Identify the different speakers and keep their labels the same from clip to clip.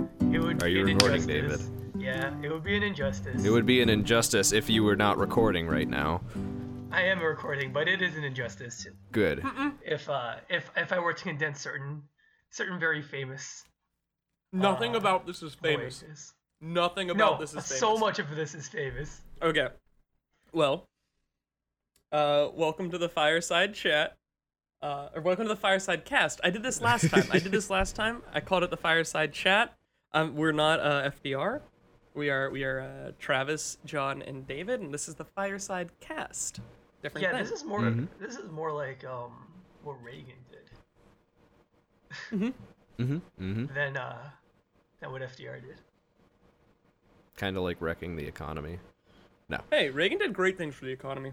Speaker 1: Are you
Speaker 2: an
Speaker 1: recording,
Speaker 2: injustice. Yeah, it would be an injustice.
Speaker 1: It would be an injustice if you were not recording right now.
Speaker 2: I am recording, but it is an injustice
Speaker 1: Good.
Speaker 2: if uh if if I were to condense certain certain very famous
Speaker 3: Nothing about this is famous.
Speaker 2: voices.
Speaker 3: Nothing about
Speaker 2: No,
Speaker 3: this is famous.
Speaker 2: so much of this is famous.
Speaker 3: Okay. Well, uh, welcome to the fireside chat. Uh, or welcome to the fireside cast. I did this last time. I did this last time. I called it the fireside chat. Um, we're not uh, FDR. We are we are uh, Travis, John, and David, and this is the fireside cast. Different
Speaker 2: Yeah,
Speaker 3: thing.
Speaker 2: this is more this is more like um what Reagan did
Speaker 1: Mm-hmm. Mm-hmm.
Speaker 2: than uh than what FDR did.
Speaker 1: Kind of like wrecking the economy.
Speaker 3: hey, Reagan did great things for the economy.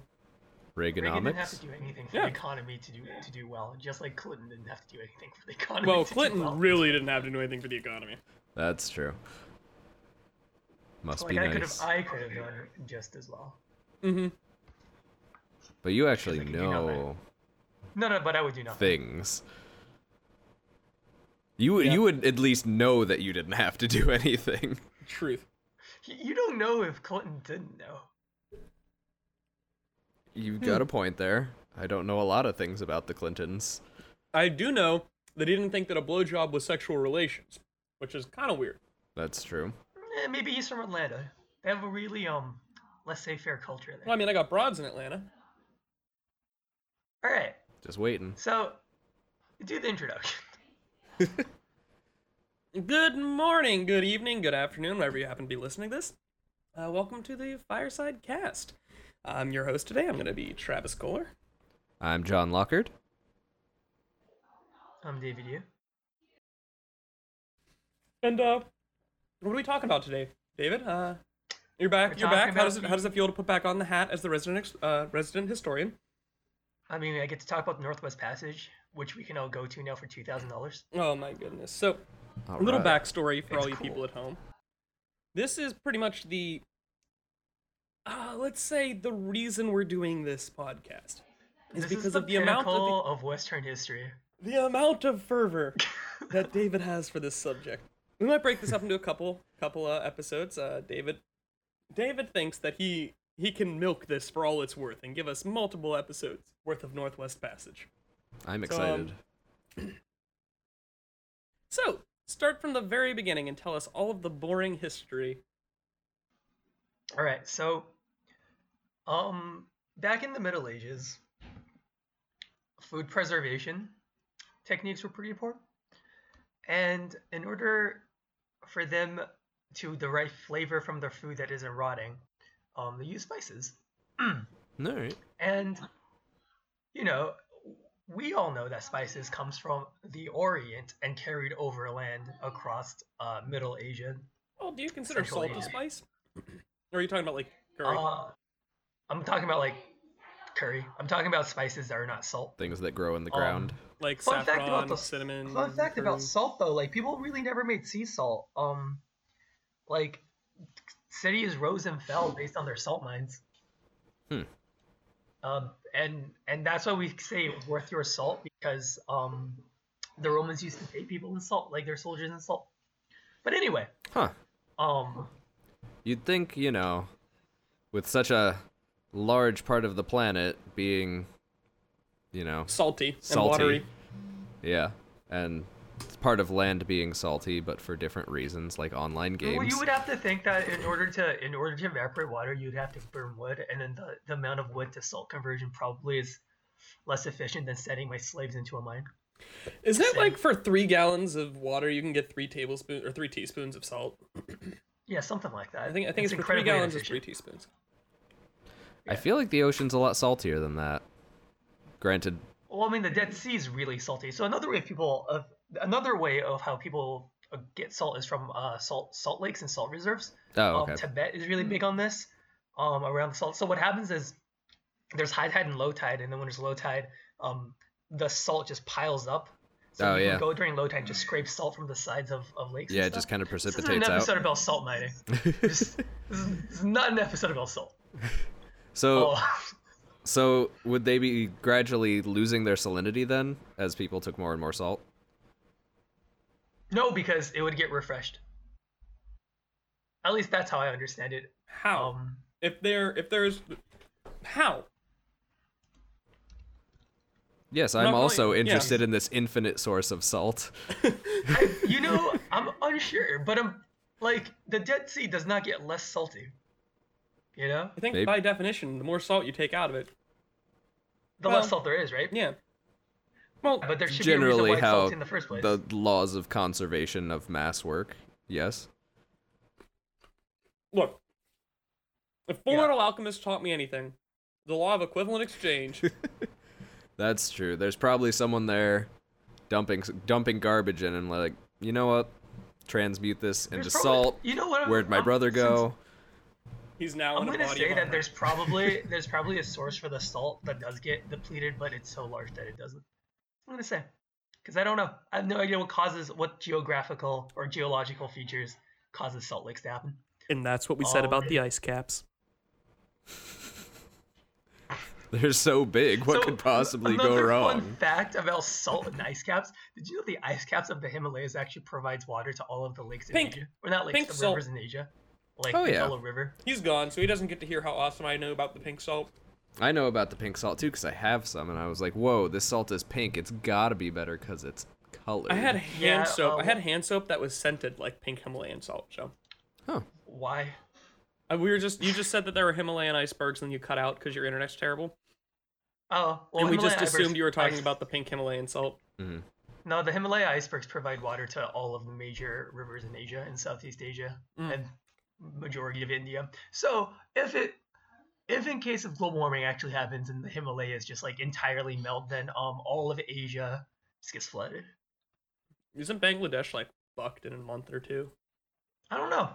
Speaker 2: Reagan didn't have
Speaker 1: Reaganomics.
Speaker 2: to do anything for
Speaker 3: Yeah.
Speaker 2: the economy to do to do well, just like Clinton didn't have to do anything for the economy.
Speaker 3: Well,
Speaker 2: to do
Speaker 3: Clinton
Speaker 2: well.
Speaker 3: really didn't have to do anything for the economy.
Speaker 1: That's true. Must
Speaker 2: like
Speaker 1: be
Speaker 2: I could have
Speaker 1: nice.
Speaker 2: I could have done just as well.
Speaker 3: Mm-hmm.
Speaker 1: But you actually
Speaker 2: I could do
Speaker 1: know
Speaker 2: No, no, but I would do nothing.
Speaker 1: things. You would
Speaker 3: Yeah.
Speaker 1: you would at least know that you didn't have to do anything.
Speaker 3: Truth.
Speaker 2: Y- You don't know if Clinton didn't know.
Speaker 1: You've got a point there. I don't know a lot of things about the Clintons.
Speaker 3: I do know that he didn't think that a blowjob was sexual relations, which is kind of weird.
Speaker 1: That's true.
Speaker 2: Eh, maybe he's from Atlanta. They have a really um laissez-faire culture there.
Speaker 3: Well, I mean, I got broads in Atlanta.
Speaker 2: All right,
Speaker 1: Just waiting.
Speaker 2: so do the introduction.
Speaker 3: Good morning, good evening, good afternoon, wherever you happen to be listening to this. Uh, welcome to the Fireside Cast. I'm your host today. I'm going to be Travis Kohler.
Speaker 1: I'm John Lockard.
Speaker 2: I'm um, David Yu.
Speaker 3: And uh, what are we talking about today, David? Uh, you're back.
Speaker 2: We're
Speaker 3: you're back.
Speaker 2: talking
Speaker 3: How does it
Speaker 2: about-
Speaker 3: How does it feel to put back on the hat as the resident ex- uh, resident historian?
Speaker 2: I mean, I get to talk about the Northwest Passage, which we can all go to now for two thousand dollars.
Speaker 3: Oh my goodness. So
Speaker 1: All
Speaker 3: a little
Speaker 1: right.
Speaker 3: backstory for
Speaker 2: It's
Speaker 3: all you people
Speaker 2: cool.
Speaker 3: at home. This is pretty much the, uh, let's say, the reason we're doing this podcast is
Speaker 2: This
Speaker 3: because
Speaker 2: is the
Speaker 3: of the amount of the
Speaker 2: pinnacle of Western history.
Speaker 3: the amount of fervor that David has for this subject. We might break this up into a couple couple uh, episodes. Uh, David David thinks that he he can milk this for all it's worth and give us multiple episodes worth of Northwest Passage.
Speaker 1: I'm
Speaker 3: So, um,
Speaker 1: excited.
Speaker 3: So start from the very beginning and tell us all of the boring history.
Speaker 2: All right, so um back in the Middle Ages, food preservation techniques were pretty important. And in order for them to derive flavor from their food that isn't rotting, um, they use spices.
Speaker 1: All right.
Speaker 2: And you know, we all know that spices comes from the Orient and carried overland across uh, Middle Asia.
Speaker 3: Oh, do you consider
Speaker 2: Central
Speaker 3: salt a
Speaker 2: Asia.
Speaker 3: spice? Or are you talking about like curry?
Speaker 2: Uh, I'm talking about like curry. I'm talking about spices that are not salt.
Speaker 1: Things that grow in the
Speaker 2: um,
Speaker 1: ground.
Speaker 3: like
Speaker 2: Fun
Speaker 3: saffron,
Speaker 2: fact about the
Speaker 3: cinnamon.
Speaker 2: Fun fact
Speaker 3: curry?
Speaker 2: about salt though, like people really never made sea salt. Um, like cities rose and fell based on their salt mines.
Speaker 1: Hmm.
Speaker 2: Um, and and that's why we say worth your salt because um, the Romans used to pay people in salt, like their soldiers in salt. But anyway,
Speaker 1: Huh.
Speaker 2: um,
Speaker 1: You'd think, you know, with such a large part of the planet being, you know,
Speaker 3: salty, and
Speaker 1: Salty.
Speaker 3: watery.
Speaker 1: yeah, and it's part of land being salty, but for different reasons, like online games.
Speaker 2: Well, you would have to think that in order to in order to evaporate water, you'd have to burn wood, and then the, the amount of wood to salt conversion probably is less efficient than sending my slaves into a mine.
Speaker 3: Isn't it like for three gallons of water you can get three tablespoons or three teaspoons of salt?
Speaker 2: Yeah, something like that.
Speaker 3: I think I think it's, for three
Speaker 2: incredibly
Speaker 3: gallons it's three
Speaker 2: inefficient.
Speaker 3: teaspoons.
Speaker 1: I feel like the ocean's a lot saltier than that. Granted,
Speaker 2: Well, I mean, the Dead Sea is really salty. So another way people of another way of how people uh, get salt is from uh, salt salt lakes and salt reserves.
Speaker 1: oh
Speaker 2: Um,
Speaker 1: okay,
Speaker 2: Tibet is really big on this, um, around the salt. So what happens is there's high tide and low tide, and then when there's low tide, um, the salt just piles up. So
Speaker 1: Oh,
Speaker 2: you
Speaker 1: yeah.
Speaker 2: can go during low tide and just scrape salt from the sides of, of lakes.
Speaker 1: yeah,
Speaker 2: and
Speaker 1: it just
Speaker 2: stuff.
Speaker 1: kind of
Speaker 2: This isn't
Speaker 1: precipitates
Speaker 2: an
Speaker 1: out.
Speaker 2: episode about salt mining. This, this, is, this is not an episode about salt.
Speaker 1: so,
Speaker 2: Oh,
Speaker 1: so would they be gradually losing their salinity then, as people took more and more salt?
Speaker 2: no, because it would get refreshed. At least that's how I understand it.
Speaker 3: How?
Speaker 2: Um,
Speaker 3: if there, if there's, how?
Speaker 1: Yes, I'm
Speaker 3: Not
Speaker 1: also
Speaker 3: really- yeah.
Speaker 1: interested in this infinite source of salt.
Speaker 2: I, you know, I'm unsure, but I'm like the Dead Sea does not get less salty. You know,
Speaker 3: I think
Speaker 1: Maybe.
Speaker 3: by definition, the more salt you take out of it,
Speaker 2: the
Speaker 3: Well-
Speaker 2: less salt there is, right?
Speaker 3: yeah. Well,
Speaker 2: But there should be a reason
Speaker 1: Generally,
Speaker 2: why it's
Speaker 1: how
Speaker 2: salty in the first place.
Speaker 1: the laws of conservation of mass work. Yes.
Speaker 3: look, if Full
Speaker 2: Yeah.
Speaker 3: Metal Alchemist taught me anything, the law of equivalent exchange.
Speaker 1: That's true. There's probably someone there dumping dumping garbage in and like, you know what? Transmute this into
Speaker 2: There's probably-
Speaker 1: salt.
Speaker 2: You know what? I'm-
Speaker 1: Where'd my
Speaker 2: I'm-
Speaker 1: brother
Speaker 2: since-
Speaker 1: go?
Speaker 3: he's now
Speaker 2: I'm
Speaker 3: in a
Speaker 2: gonna
Speaker 3: body
Speaker 2: say
Speaker 3: of
Speaker 2: that
Speaker 3: armor.
Speaker 2: there's probably there's probably a source for the salt that does get depleted, but it's so large that it doesn't. I'm gonna say, because I don't know. I have no idea what causes what geographical or geological features causes salt lakes to happen.
Speaker 3: and that's what we
Speaker 2: said about the
Speaker 3: ice caps.
Speaker 1: They're so big. What
Speaker 2: So,
Speaker 1: could possibly go
Speaker 2: another
Speaker 1: wrong?
Speaker 2: Fun fact about salt and ice caps. Did you know the ice caps of the Himalayas actually provides water to all of the lakes in
Speaker 3: Pink-
Speaker 2: Asia? Or not lakes,
Speaker 3: pink
Speaker 2: the
Speaker 3: salt.
Speaker 2: rivers in Asia. Like
Speaker 1: Oh,
Speaker 2: the
Speaker 1: yeah.
Speaker 2: Yellow River.
Speaker 3: He's gone, so he doesn't get to hear how awesome I know about the pink salt.
Speaker 1: I know about the pink salt too because I have some, and I was like, "Whoa, this salt is pink. It's gotta be better because it's colored."
Speaker 3: I had hand
Speaker 2: Yeah,
Speaker 3: soap. I
Speaker 2: um,
Speaker 3: had hand soap that was scented like pink Himalayan salt. So
Speaker 1: Huh.
Speaker 2: Why?
Speaker 3: Uh, we were just you just said that there were Himalayan icebergs, and you cut out because your internet's terrible.
Speaker 2: Oh, well,
Speaker 3: and we just
Speaker 2: Himalaya
Speaker 3: assumed
Speaker 2: icebergs-
Speaker 3: you were talking
Speaker 2: ice-
Speaker 3: about the pink Himalayan salt.
Speaker 1: Mm-hmm.
Speaker 2: No, the Himalaya icebergs provide water to all of the major rivers in Asia and Southeast Asia
Speaker 3: Mm.
Speaker 2: and majority of India. So if it if in case of global warming actually happens and the Himalayas just like entirely melt, then um all of Asia just gets flooded.
Speaker 3: Isn't Bangladesh like fucked in a month or two?
Speaker 2: I don't know.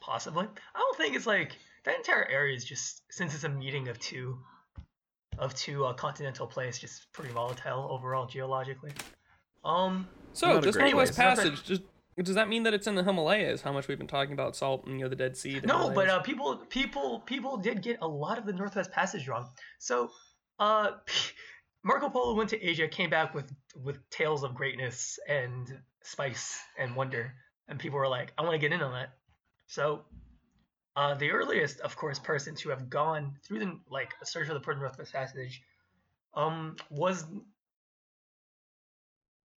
Speaker 2: Possibly. I don't think it's like that entire area is just since it's a meeting of two of two uh, continental plates, just pretty volatile overall geologically. Um,
Speaker 3: So
Speaker 1: Not a
Speaker 3: this
Speaker 1: great
Speaker 3: Northwest
Speaker 2: place.
Speaker 3: Passage just. Does that mean that it's in the Himalayas? How much we've been talking about salt and you know the Dead Sea? the
Speaker 2: no, but
Speaker 3: Himalayas?
Speaker 2: uh, people, people, people did get a lot of the Northwest Passage wrong. So, uh, Marco Polo went to Asia, came back with with tales of greatness and spice and wonder, and people were like, "I want to get in on that." So, uh, the earliest, of course, person to have gone through the like a search for the Northwest Passage, um, was uh,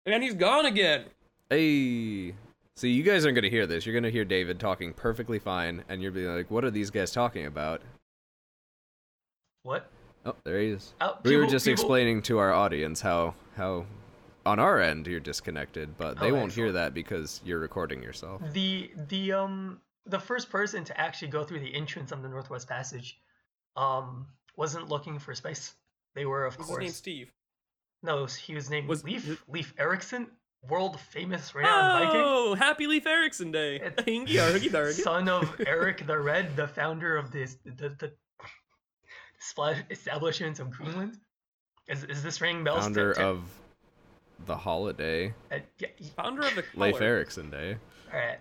Speaker 3: and he's gone again.
Speaker 1: Hey. See, you guys aren't gonna hear this. You're gonna hear David talking perfectly fine, and you're being like, "What are these guys talking about?"
Speaker 2: what?
Speaker 1: Oh, there he is.
Speaker 2: Oh,
Speaker 1: we were
Speaker 2: people-
Speaker 1: just
Speaker 2: people-
Speaker 1: explaining to our audience how how on our end you're disconnected, but they
Speaker 2: Oh,
Speaker 1: won't hear that because you're recording yourself.
Speaker 2: the the um the first person to actually go through the entrance of the Northwest Passage um wasn't looking for space. They were of
Speaker 3: What's his name
Speaker 2: course
Speaker 3: Steve?
Speaker 2: no. He was named
Speaker 3: Was-
Speaker 2: Leaf Leaf Erikson, world famous renowned
Speaker 3: oh, Happy Leif Erikson Day!
Speaker 2: It's-
Speaker 3: Hingy or hoogie
Speaker 2: Viking,
Speaker 3: dargy.
Speaker 2: son of Eric the Red, the founder of this the the splash establishments of Greenland. Is is this ringing bells? to-
Speaker 1: Founder
Speaker 2: to-
Speaker 1: of the holiday,
Speaker 2: uh, yeah, y-
Speaker 3: Founder of the
Speaker 1: Leif
Speaker 3: color. Oh.
Speaker 1: Erikson Day.
Speaker 2: all right.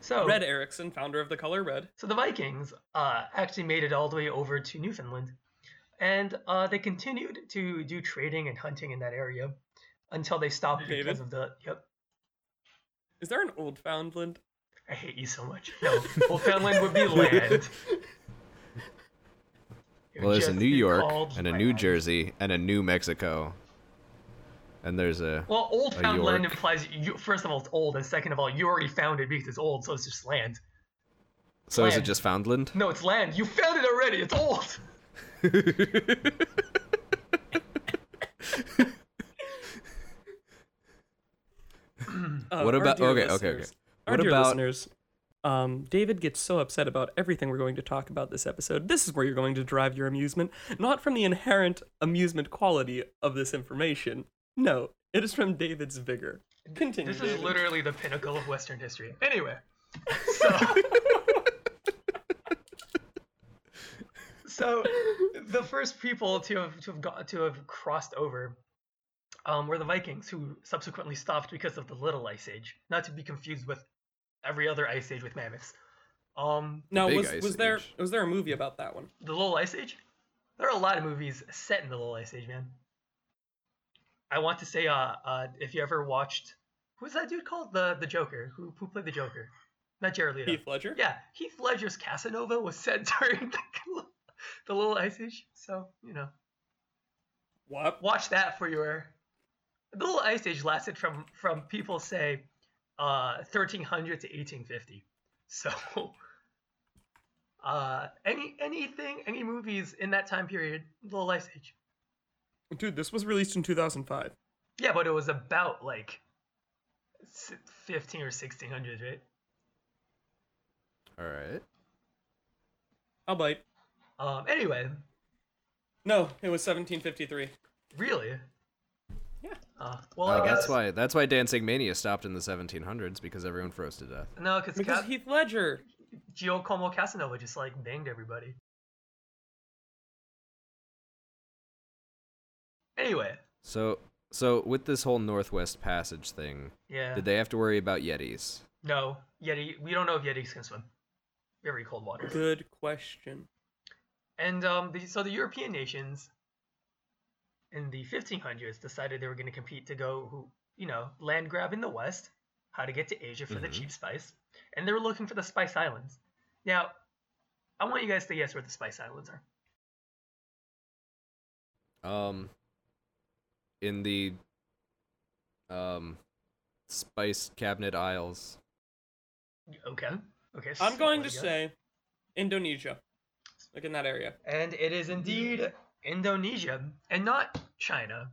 Speaker 2: So
Speaker 3: Red Erikson, founder of the color red.
Speaker 2: So the Vikings uh, actually made it all the way over to Newfoundland, and uh, they continued to do trading and hunting in that area until they stopped
Speaker 3: David?
Speaker 2: because of the. Yep,
Speaker 3: Is there an old Foundland?
Speaker 2: I hate you so much. No, Newfoundland would be land. It would
Speaker 1: Well, there's a
Speaker 2: just
Speaker 1: New
Speaker 2: be
Speaker 1: York
Speaker 2: called
Speaker 1: and a New
Speaker 2: land.
Speaker 1: Jersey and a New Mexico, and there's a
Speaker 2: Well, old
Speaker 1: a
Speaker 2: found land
Speaker 1: Oh, York.
Speaker 2: implies you, first of all it's old, and second of all you already found it because it's old, so it's just land.
Speaker 1: so is it
Speaker 2: land.
Speaker 1: just Foundland?
Speaker 2: No, it's land. You found it already. It's old.
Speaker 3: Uh,
Speaker 1: What
Speaker 3: our
Speaker 1: about-
Speaker 3: dear
Speaker 1: okay, okay, okay.
Speaker 3: listeners- Our
Speaker 1: What
Speaker 3: dear
Speaker 1: about-
Speaker 3: listeners? Um, David gets so upset about everything we're going to talk about this episode. This is where you're going to derive your amusement, not from the inherent amusement quality of this information. No, it is from David's vigor. Continue.
Speaker 2: This is
Speaker 3: David.
Speaker 2: literally the pinnacle of Western history. Anyway, so so the first people to have to have got to have crossed over um, were the Vikings, who subsequently stopped because of the Little Ice Age, not to be confused with every other ice age with mammoths. Um,
Speaker 3: Now,
Speaker 1: Big
Speaker 3: was,
Speaker 1: Ice
Speaker 3: was there
Speaker 1: Age.
Speaker 3: was there a movie about that one?
Speaker 2: the Little Ice Age. There are a lot of movies set in the Little Ice Age, man. I want to say, uh, uh, if you ever watched, who's that dude called the the Joker? Who who played the Joker? Not Jared Leto.
Speaker 3: Heath Ledger.
Speaker 2: Yeah, Heath Ledger's Casanova was set during the, the Little Ice Age, so you know,
Speaker 3: What?
Speaker 2: watch that for your. The Little Ice Age lasted from from people say, uh, 1300 to 1850. So, uh, any anything, any movies in that time period, Little Ice Age.
Speaker 3: Dude, this was released in 2005.
Speaker 2: Yeah, but it was about like s- 15 or 1600, right?
Speaker 1: All right.
Speaker 3: I'll bite.
Speaker 2: Um, anyway,
Speaker 3: No, it was 1753.
Speaker 2: really.
Speaker 3: Yeah.
Speaker 2: Uh, well,
Speaker 1: Oh,
Speaker 2: I guess
Speaker 1: that's why that's why Dancing Mania stopped in the 1700s because everyone froze to death.
Speaker 2: no, cause
Speaker 3: Because
Speaker 2: Cap-
Speaker 3: Heath Ledger.
Speaker 2: Giacomo Casanova just like banged everybody. Anyway,
Speaker 1: So so with this whole Northwest Passage thing,
Speaker 2: yeah.
Speaker 1: did they have to worry about yetis?
Speaker 2: No, Yeti. We don't know if Yetis can swim. Very cold water.
Speaker 3: Good question.
Speaker 2: And um, the, so the European nations in the 1500s decided they were going to compete to go, who you know, land grab in the west, how to get to Asia for the
Speaker 1: Mhm.
Speaker 2: cheap spice, and they were looking for the Spice Islands. Now, I want you guys to guess where the Spice Islands are.
Speaker 1: Um in the um spice cabinet aisles.
Speaker 2: Okay. Okay.
Speaker 3: I'm going
Speaker 2: what
Speaker 3: to
Speaker 2: do you guess?
Speaker 3: say Indonesia. Like in that area.
Speaker 2: And it is indeed Indonesia, and not China,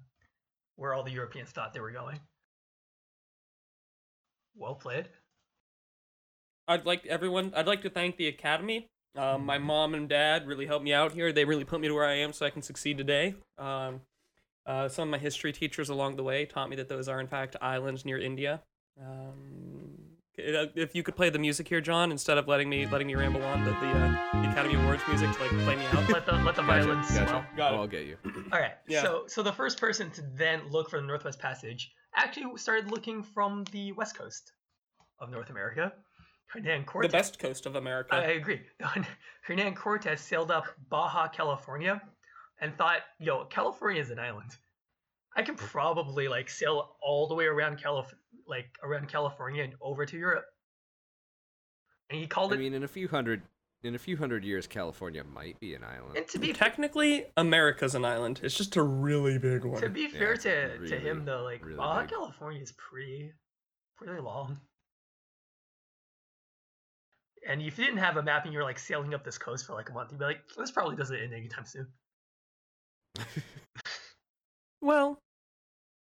Speaker 2: where all the Europeans thought they were going. Well played.
Speaker 3: I'd like everyone. I'd like to thank the Academy. Um, my mom and dad really helped me out here. They really put me to where I am, so I can succeed today. Um, uh, some of my history teachers along the way taught me that those are in fact islands near India. Um, it- uh, if you could play the music here, John, instead of letting me letting me ramble on, that the, uh, the Academy Awards music to like play me out.
Speaker 2: Let the let the violence swell.
Speaker 3: Got
Speaker 1: oh,
Speaker 3: it.
Speaker 1: I'll get you.
Speaker 2: All right.
Speaker 3: Yeah.
Speaker 2: So so the first person to then look for the Northwest Passage actually started looking from the west coast of North America. Hernan
Speaker 3: The
Speaker 2: Cortez.
Speaker 3: best coast of America.
Speaker 2: I agree. Hernan Cortez sailed up Baja California and thought, yo, California is an island. I can probably like sail all the way around Calif like around California and over to Europe. And he called
Speaker 1: I
Speaker 2: it
Speaker 1: mean in a few hundred in a few hundred years California might be an island.
Speaker 2: and to be
Speaker 3: Technically, America's an island. It's just a really big one.
Speaker 2: to be fair
Speaker 1: it's
Speaker 2: to, to
Speaker 1: really,
Speaker 2: him though, like
Speaker 1: really
Speaker 2: Baja
Speaker 1: big.
Speaker 2: California is pretty pretty long. And if you didn't have a map and you were like sailing up this coast for like a month, you'd be like, this probably doesn't end anytime soon.
Speaker 3: Well,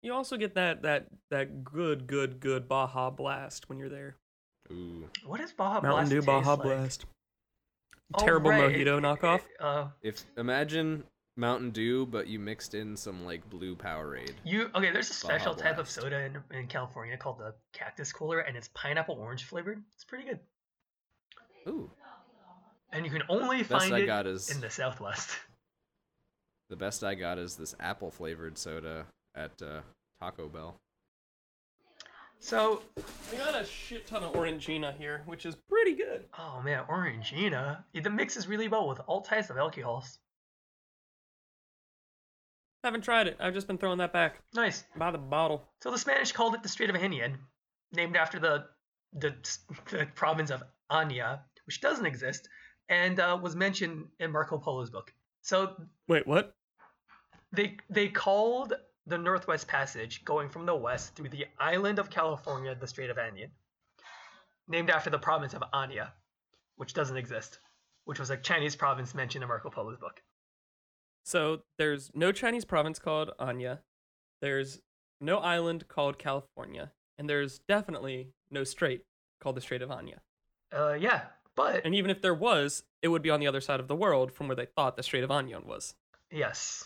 Speaker 3: you also get that that that good good good Baja Blast when you're there.
Speaker 1: Ooh.
Speaker 2: What does Baja Blast taste like? Oh,
Speaker 3: Terrible
Speaker 2: right, it-
Speaker 3: mojito
Speaker 2: it-
Speaker 3: knockoff.
Speaker 2: Uh,
Speaker 1: If imagine Mountain Dew but you mixed in some like blue Powerade.
Speaker 2: you okay? There's a
Speaker 1: Baja
Speaker 2: special type of
Speaker 1: Blast.
Speaker 2: soda in, in California called the Cactus Cooler, and it's pineapple orange flavored. It's pretty good,
Speaker 1: Ooh.
Speaker 2: and you can only
Speaker 1: Best
Speaker 2: find
Speaker 1: I
Speaker 2: it
Speaker 1: got is
Speaker 2: in the Southwest.
Speaker 1: the best I got is this apple flavored soda at uh, Taco Bell.
Speaker 2: So,
Speaker 3: We got a shit ton of Orangina here, which is pretty good.
Speaker 2: oh man, Orangina. It mixes really well with all types of alcohols.
Speaker 3: Haven't tried it. I've just been throwing that back
Speaker 2: Nice.
Speaker 3: by the bottle.
Speaker 2: So the Spanish called it the Strait of Anian, named after the the, the province of Ania, which doesn't exist, and uh, was mentioned in Marco Polo's book. So
Speaker 3: Wait, what?
Speaker 2: they they called the Northwest Passage going from the west through the island of California the Strait of Anian, named after the province of Ania, which doesn't exist, which was a Chinese province mentioned in Marco Polo's book.
Speaker 3: So there's no Chinese province called Anya. There's no island called California, and there's definitely no strait called the Strait of Anya.
Speaker 2: Uh, yeah, but
Speaker 3: And even if there was, it would be on the other side of the world from where they thought the Strait of Anya was.
Speaker 2: yes.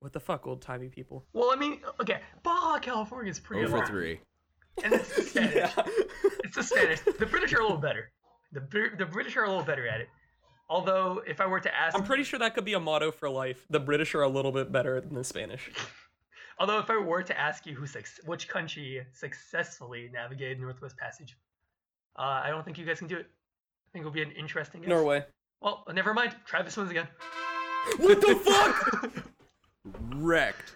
Speaker 3: What the fuck, old timey people?
Speaker 2: Well, I mean, okay, Baja California is pretty
Speaker 1: Over
Speaker 2: long,
Speaker 1: Oh, three.
Speaker 2: and it's the Spanish. It's the Spanish. The British are a little better. The Br- the British are a little better at it. Although, if I were to ask,
Speaker 3: I'm pretty sure that could be a motto for life. The British are a little bit better than the Spanish.
Speaker 2: although if I were to ask you who suc- which country successfully navigated Northwest Passage, uh, I don't think you guys can do it. I think it would be an interesting guess.
Speaker 3: Norway.
Speaker 2: Well, never mind. Try this one again.
Speaker 3: What the fuck?
Speaker 1: Wrecked.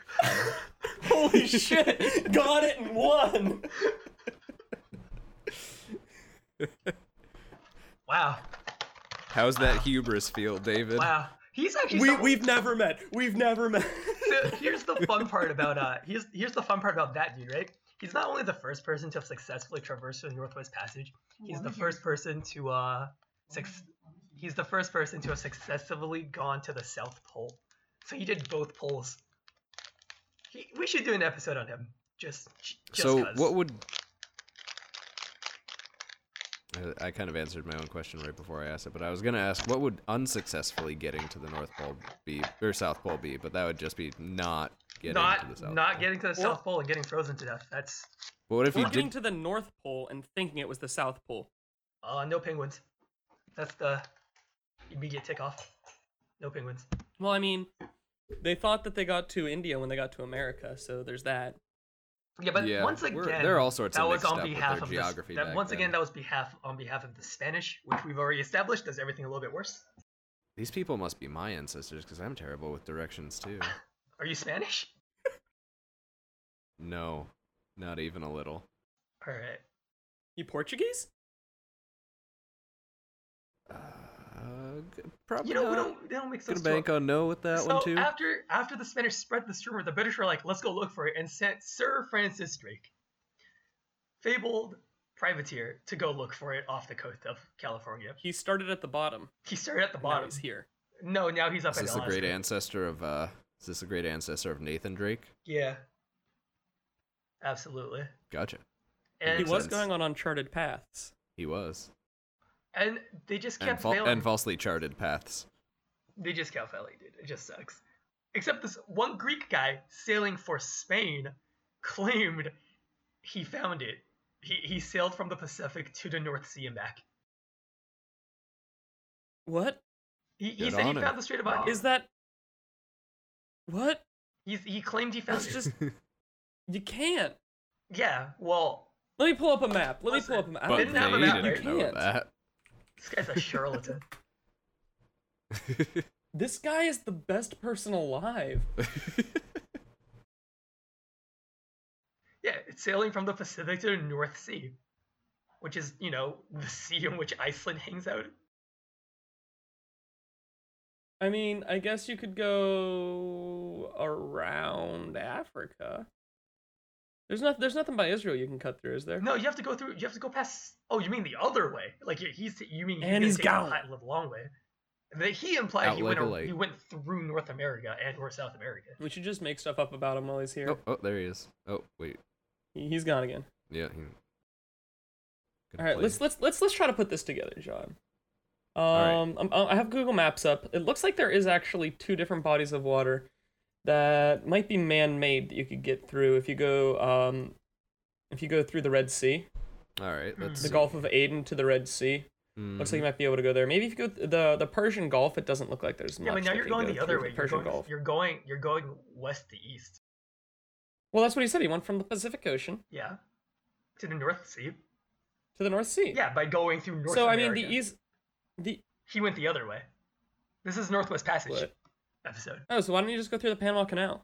Speaker 3: Holy shit! Got it and won.
Speaker 2: Wow.
Speaker 1: How's that hubris feel, David?
Speaker 2: Wow. He's actually
Speaker 3: we
Speaker 2: some-
Speaker 3: we've never met. We've never met.
Speaker 2: the- here's the fun part about uh here's here's the fun part about that dude, right? He's not only the first person to have successfully traversed the Northwest Passage, he's the first person to uh suc- he's the first person to have successfully gone to the South Pole. So he did both poles. He, we should do an episode on him. Just, just
Speaker 1: so
Speaker 2: 'cause.
Speaker 1: what would I- I kind of answered my own question right before I asked it, but I was gonna ask what would unsuccessfully getting to the North Pole be or South Pole be, but that would just be not getting to the
Speaker 2: not
Speaker 1: South.
Speaker 2: not
Speaker 1: Pole.
Speaker 2: getting to the
Speaker 3: Well-
Speaker 2: South Pole and getting frozen to death. That's
Speaker 1: But what if
Speaker 3: We're
Speaker 1: you
Speaker 3: getting
Speaker 1: did?
Speaker 3: to the North Pole and thinking it was the South Pole.
Speaker 2: uh no penguins. That's the immediate takeoff. No penguins.
Speaker 3: Well, I mean, they thought that they got to India when they got to America, so there's that.
Speaker 2: Yeah, but
Speaker 1: yeah,
Speaker 2: once
Speaker 1: we're-
Speaker 2: again,
Speaker 1: there are all sorts
Speaker 2: that
Speaker 1: of
Speaker 2: was
Speaker 1: mixed
Speaker 2: on
Speaker 1: up with
Speaker 2: behalf
Speaker 1: their
Speaker 2: of
Speaker 1: geography.
Speaker 2: The, that,
Speaker 1: back
Speaker 2: once again,
Speaker 1: then.
Speaker 2: that was behalf on behalf of the Spanish, which we've already established does everything a little bit worse.
Speaker 1: these people must be my ancestors because I'm terrible with directions too.
Speaker 2: Are you Spanish?
Speaker 1: No, not even a little.
Speaker 2: All right.
Speaker 3: You Portuguese?
Speaker 1: Uh, g- probably
Speaker 2: You know we
Speaker 1: not.
Speaker 2: don't they don't mix
Speaker 1: Gonna
Speaker 2: those
Speaker 1: bank
Speaker 2: two up.
Speaker 1: on no with that
Speaker 2: so
Speaker 1: one too.
Speaker 2: after after the Spanish spread this rumor, the British were like, "Let's go look for it," and sent Sir Francis Drake, fabled privateer, to go look for it off the coast of California.
Speaker 3: He started at the bottom.
Speaker 2: He started at the
Speaker 3: and Now
Speaker 2: bottom.
Speaker 3: he's here.
Speaker 2: No, now he's up
Speaker 1: Is
Speaker 2: at
Speaker 1: this a great
Speaker 2: Alaska.
Speaker 1: ancestor of? uh Is this a great ancestor of Nathan Drake?
Speaker 2: Yeah, absolutely.
Speaker 1: Gotcha.
Speaker 2: And
Speaker 3: He
Speaker 1: Makes
Speaker 3: was
Speaker 1: sense.
Speaker 3: going on uncharted paths.
Speaker 1: He was.
Speaker 2: and they just
Speaker 1: And,
Speaker 2: kept
Speaker 1: fal-
Speaker 2: failing.
Speaker 1: and falsely charted paths.
Speaker 2: They just kept failing, dude. It just sucks. Except this one Greek guy sailing for Spain claimed he found it. He he sailed from the Pacific to the North Sea and back.
Speaker 3: What
Speaker 2: He, he
Speaker 1: Good
Speaker 2: said he
Speaker 1: on him.
Speaker 2: found the Strait of Andy.
Speaker 3: is that? What?
Speaker 2: He's, he claimed he found
Speaker 3: That's
Speaker 2: it.
Speaker 3: just you can't.
Speaker 2: Yeah, well,
Speaker 3: Let me pull up a map. Let me pull up a map. I
Speaker 1: But they
Speaker 3: don't
Speaker 2: didn't have a map,
Speaker 1: didn't
Speaker 2: right?
Speaker 1: know
Speaker 3: You
Speaker 1: that.
Speaker 2: this guy's a charlatan.
Speaker 3: This guy is the best person alive.
Speaker 2: yeah, it's sailing from the Pacific to the North Sea, which is, you know, the sea in which Iceland hangs out.
Speaker 3: I mean, I guess you could go around Africa. There's not there's nothing by Israel you can cut through, is there?
Speaker 2: No, you have to go through. You have to go past. Oh, you mean the other way? Like you- he's. You mean
Speaker 3: And he's
Speaker 2: he's
Speaker 3: gone.
Speaker 2: The high- long way. That he implied
Speaker 1: Out
Speaker 2: he went.
Speaker 1: like a
Speaker 2: ar-
Speaker 1: light.
Speaker 2: He went through North America and or South America.
Speaker 3: We should just make stuff up about him while he's here.
Speaker 1: oh, oh, there he is. Oh, wait.
Speaker 3: He- He's gone again.
Speaker 1: Yeah. He...
Speaker 3: All right, let's let's let's let's try to put this together, John.
Speaker 1: right.
Speaker 3: Um, I'm- I have Google Maps up. It looks like there is actually two different bodies of water that might be man-made that you could get through if you go um, if you go through the Red Sea,
Speaker 1: All right. Let's
Speaker 3: Hmm. the
Speaker 1: see.
Speaker 3: Gulf of Aden to the Red Sea. Looks like you
Speaker 1: Mhm.
Speaker 3: might be able to go there. Maybe if you go th- the the Persian Gulf, it doesn't look like there's much.
Speaker 2: Yeah, but now
Speaker 3: that
Speaker 2: you're
Speaker 3: can
Speaker 2: going
Speaker 3: go
Speaker 2: the other
Speaker 3: through
Speaker 2: way. You're
Speaker 3: Persian
Speaker 2: going,
Speaker 3: Gulf.
Speaker 2: you're going. You're going west to east.
Speaker 3: Well, that's what he said. He went from the Pacific Ocean
Speaker 2: Yeah. To the North Sea.
Speaker 3: to the North Sea.
Speaker 2: Yeah, by going through North.
Speaker 3: so I
Speaker 2: America.
Speaker 3: mean, the east, the
Speaker 2: He went the other way. This is Northwest Passage
Speaker 3: What?
Speaker 2: episode
Speaker 3: oh, so why don't you just go through the Panama Canal?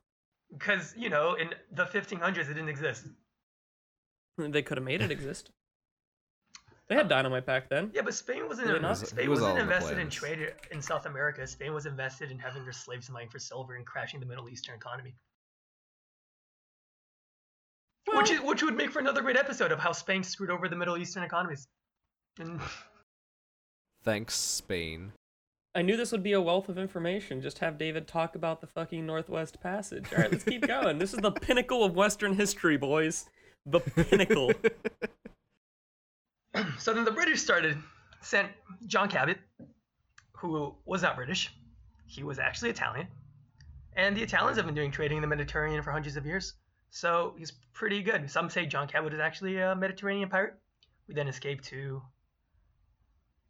Speaker 2: because you know in the 1500s it didn't exist.
Speaker 3: They could have made it exist. They had dynamite back then.
Speaker 2: Yeah, but Spain wasn't.
Speaker 3: Really
Speaker 2: in-
Speaker 3: not?
Speaker 2: Spain
Speaker 1: It was all
Speaker 2: wasn't
Speaker 1: in the
Speaker 2: invested in
Speaker 1: plans.
Speaker 2: trade in South America. Spain was invested in having their slaves mine for silver and crashing the Middle Eastern economy, which is, which would make for another great episode of how Spain screwed over the Middle Eastern economies. And
Speaker 1: Thanks, Spain.
Speaker 3: I knew this would be a wealth of information. Just have David talk about the fucking Northwest Passage. All right, let's keep going. This is the pinnacle of Western history, boys. The pinnacle.
Speaker 2: so then the British started sent John Cabot, who was not British, he was actually Italian, and the Italians have been doing trading in the Mediterranean for hundreds of years. So he's pretty good. Some say John Cabot is actually a Mediterranean pirate. We then escape to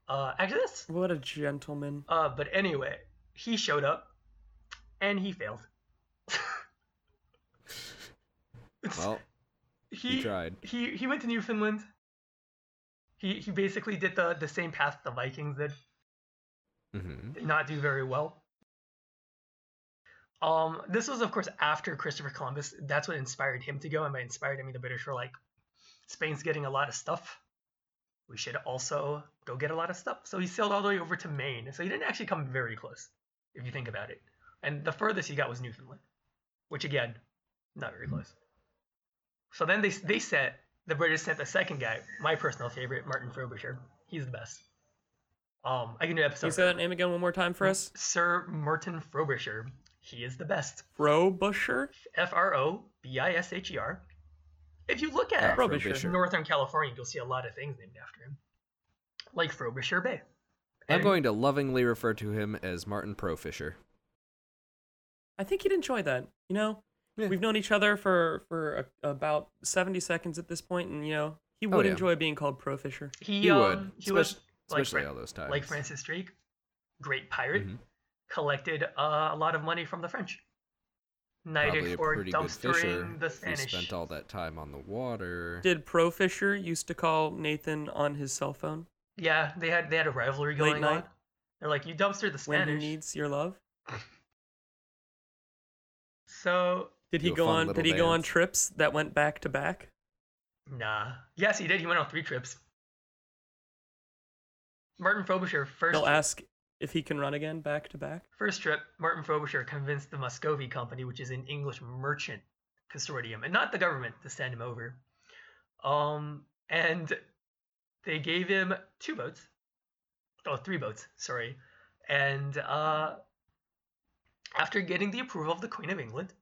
Speaker 2: uh, Exodus.
Speaker 3: what a gentleman.
Speaker 2: Uh, but anyway, he showed up, and he failed.
Speaker 1: well,
Speaker 2: he,
Speaker 1: he tried.
Speaker 2: He he went to Newfoundland. He he basically did the the same path the Vikings did.
Speaker 1: hmm
Speaker 2: Did not do very well. Um, this was of course after Christopher Columbus. That's what inspired him to go, and by inspired I mean the British were like, Spain's getting a lot of stuff. we should also go get a lot of stuff. So he sailed all the way over to Maine. So he didn't actually come very close, if you think about it. And the furthest he got was Newfoundland, which again, not very close. So then they they sent the British sent the second guy, my personal favorite, Martin Frobisher. He's the best. Um, I can do an
Speaker 3: Can you
Speaker 2: episode.
Speaker 3: say that name again one more time
Speaker 2: Mm.
Speaker 3: for us?
Speaker 2: Sir Martin Frobisher. He is the best.
Speaker 3: Frobusher?
Speaker 2: F R O B I S H E R. If you look
Speaker 1: Ah,
Speaker 2: at
Speaker 3: Frobisher.
Speaker 2: Northern California, you'll see a lot of things named after him, like Frobisher Bay.
Speaker 1: I'm
Speaker 2: And-
Speaker 1: going to lovingly refer to him as Martin Profisher.
Speaker 3: I think you'd enjoy that. You know,
Speaker 1: Yeah.
Speaker 3: we've known each other for for a, about seventy seconds at this point, and you know he
Speaker 1: Oh,
Speaker 3: would
Speaker 1: yeah.
Speaker 3: enjoy being called Pro Fisher.
Speaker 2: He,
Speaker 1: He
Speaker 2: um,
Speaker 1: would,
Speaker 2: He
Speaker 1: especi-
Speaker 2: was like,
Speaker 1: especially
Speaker 2: Fran-
Speaker 1: all those times.
Speaker 2: like Francis Drake, great pirate,
Speaker 1: Mhm.
Speaker 2: collected uh, a lot of money from the French.
Speaker 1: Probably
Speaker 2: Knighted
Speaker 1: a
Speaker 2: for
Speaker 1: pretty good fisher.
Speaker 2: dumpstering the
Speaker 1: if He
Speaker 2: Spanish.
Speaker 1: spent all that time on the water.
Speaker 3: Did Pro Fisher used to call Nathan on his cell phone
Speaker 2: Yeah, they had they had a rivalry
Speaker 3: Late
Speaker 2: going on.
Speaker 3: night?
Speaker 2: They're like, you dumpster the
Speaker 3: when he
Speaker 2: Spanish.
Speaker 3: needs your love?
Speaker 2: So
Speaker 3: Did he
Speaker 1: Do a
Speaker 3: go
Speaker 1: fun
Speaker 3: on?
Speaker 1: little
Speaker 3: Did he go on
Speaker 1: dance.
Speaker 3: trips that went back to back?
Speaker 2: nah. Yes, he did. He went on three trips. Martin Frobisher first
Speaker 3: They'll ask if he can run again back to back.
Speaker 2: First trip, Martin Frobisher convinced the Muscovy Company, which is an English merchant consortium, and not the government, to send him over. Um, and they gave him two boats, oh, three boats, sorry. And uh, after getting the approval of the Queen of England,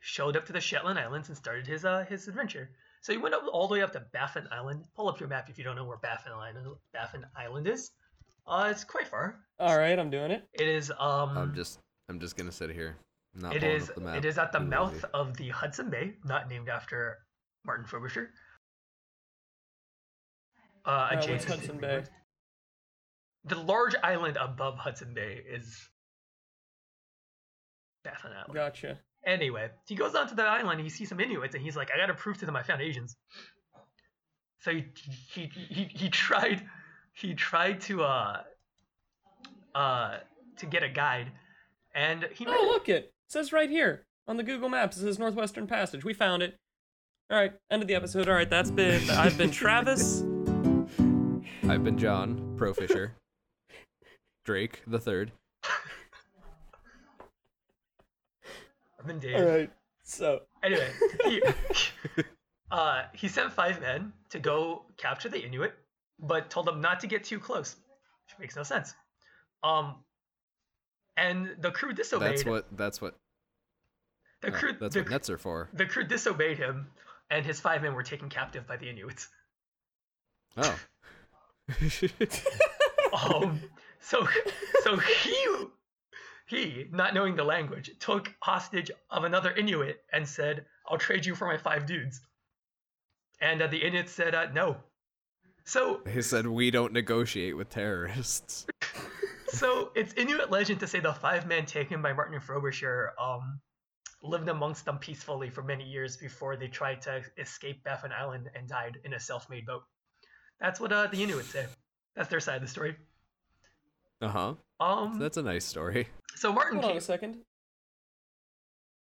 Speaker 2: showed up to the Shetland Islands and started his uh, his adventure. So he went up all the way up to Baffin Island. Pull up your map if you don't know where Baffin Island Baffin Island is. Uh, it's quite far.
Speaker 3: All right, I'm doing it.
Speaker 2: It is um.
Speaker 1: I'm just I'm just gonna sit here. I'm Not
Speaker 2: It
Speaker 1: pulling
Speaker 2: is.
Speaker 1: up the map.
Speaker 2: It is at the
Speaker 1: Ooh,
Speaker 2: mouth of the Hudson Bay, not named after Martin Frobisher. Uh,
Speaker 3: Uh,
Speaker 2: adjacent
Speaker 3: what's
Speaker 2: to
Speaker 3: Hudson Bay?
Speaker 2: Greenland. The large island above Hudson Bay is Baffin Island.
Speaker 3: Gotcha.
Speaker 2: Anyway, he goes onto the island. He sees some Inuits, and he's like, "I gotta prove to them I found Asians." So he he he, he tried he tried to uh uh to get a guide, and he
Speaker 3: Oh, look it. says right here on the Google Maps. It says Northwestern Passage. We found it. All right, end of the episode. All right, that's been. I've been Travis.
Speaker 1: I've been John Profisher, Drake the third.
Speaker 2: I've been Dave.
Speaker 3: All right. So
Speaker 2: Anyway, he, uh, he sent five men to go capture the Inuit, but told them not to get too close, which makes no sense. Um, and the crew disobeyed.
Speaker 1: That's what that's what
Speaker 2: the
Speaker 1: uh,
Speaker 2: crew
Speaker 1: that's
Speaker 2: the,
Speaker 1: what nets are for.
Speaker 2: the crew disobeyed him, and his five men were taken captive by the Inuits.
Speaker 1: Oh.
Speaker 2: Um, so so he he, not knowing the language, took hostage of another Inuit and said, "I'll trade you for my five dudes." And uh, the Inuit said, uh, "No." So
Speaker 1: they said we don't negotiate with terrorists.
Speaker 2: So it's Inuit legend to say the five men taken by Martin Frobisher um, lived amongst them peacefully for many years before they tried to escape Baffin Island and died in a self-made boat. That's what uh, the Inuits say. That's their side of the story.
Speaker 1: Uh huh.
Speaker 2: Um,
Speaker 1: That's a nice story.
Speaker 2: so Martin,
Speaker 3: hold on
Speaker 2: came,
Speaker 3: a second.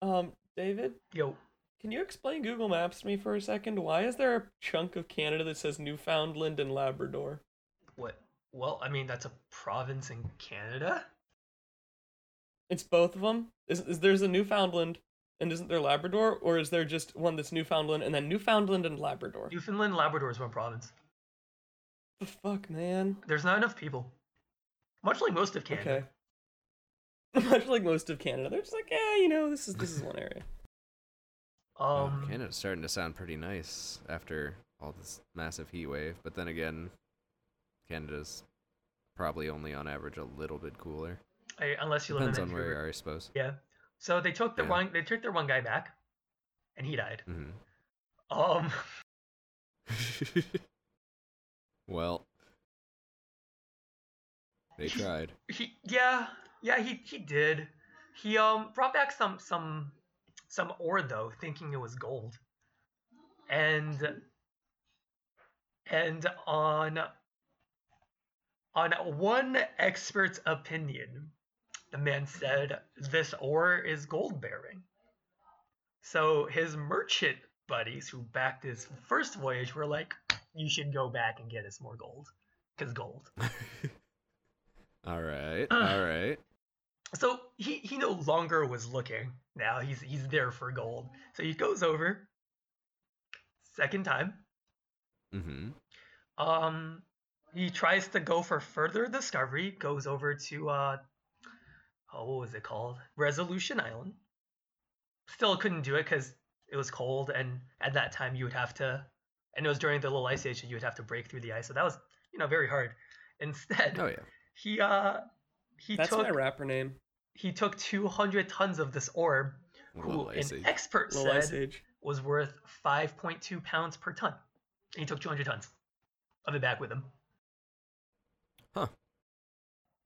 Speaker 3: Um, David,
Speaker 2: yo,
Speaker 3: can you explain Google Maps to me for a second? Why is there a chunk of Canada that says Newfoundland and Labrador?
Speaker 2: what? Well, I mean that's a province in Canada.
Speaker 3: It's both of them. Is, is there's a Newfoundland and isn't there Labrador, or is there just one that's Newfoundland and then Newfoundland and Labrador?
Speaker 2: Newfoundland, and Labrador is one province.
Speaker 3: the fuck, man.
Speaker 2: There's not enough people. Much like most of Canada.
Speaker 3: Okay. Much like most of Canada, they're just like, yeah, you know, this is this is one area.
Speaker 1: Oh,
Speaker 2: Um,
Speaker 1: Canada's starting to sound pretty nice after all this massive heat wave, but then again, Canada's probably only on average a little bit cooler.
Speaker 2: I, unless you live in
Speaker 1: Depends on where
Speaker 2: Vancouver.
Speaker 1: you are, I suppose.
Speaker 2: Yeah. So they took the
Speaker 1: Yeah.
Speaker 2: one. They took their one guy back, and he died.
Speaker 1: hmm
Speaker 2: Um.
Speaker 1: Mm-hmm. well, they tried.
Speaker 2: He. Yeah. Yeah. He. He did. He um brought back some some some ore though, thinking it was gold. And. And on. On one expert's opinion, the man said this ore is gold bearing. So his merchant buddies who backed his first voyage were like, you should go back and get us more gold because gold.
Speaker 1: All right. All right.
Speaker 2: So he he no longer was looking. Now he's he's there for gold. So he goes over. Second time,
Speaker 1: Mm-hmm.
Speaker 2: um, he tries to go for further discovery. Goes over to uh, oh, what was it called? Resolution Island. Still couldn't do it because it was cold, and at that time you would have to, and it was during the little ice age, so you would have to break through the ice. So that was you know very hard. Instead,
Speaker 1: Oh yeah.
Speaker 2: he uh he
Speaker 3: That's
Speaker 2: took
Speaker 3: my rapper name.
Speaker 2: he took 200 tons of this orb, who
Speaker 1: Little
Speaker 2: an
Speaker 1: Ice Age.
Speaker 2: expert
Speaker 3: Lil Ice
Speaker 2: said
Speaker 3: Age.
Speaker 2: was worth 5.2 pounds per ton. And he took 200 tons of it back with him.
Speaker 1: Huh.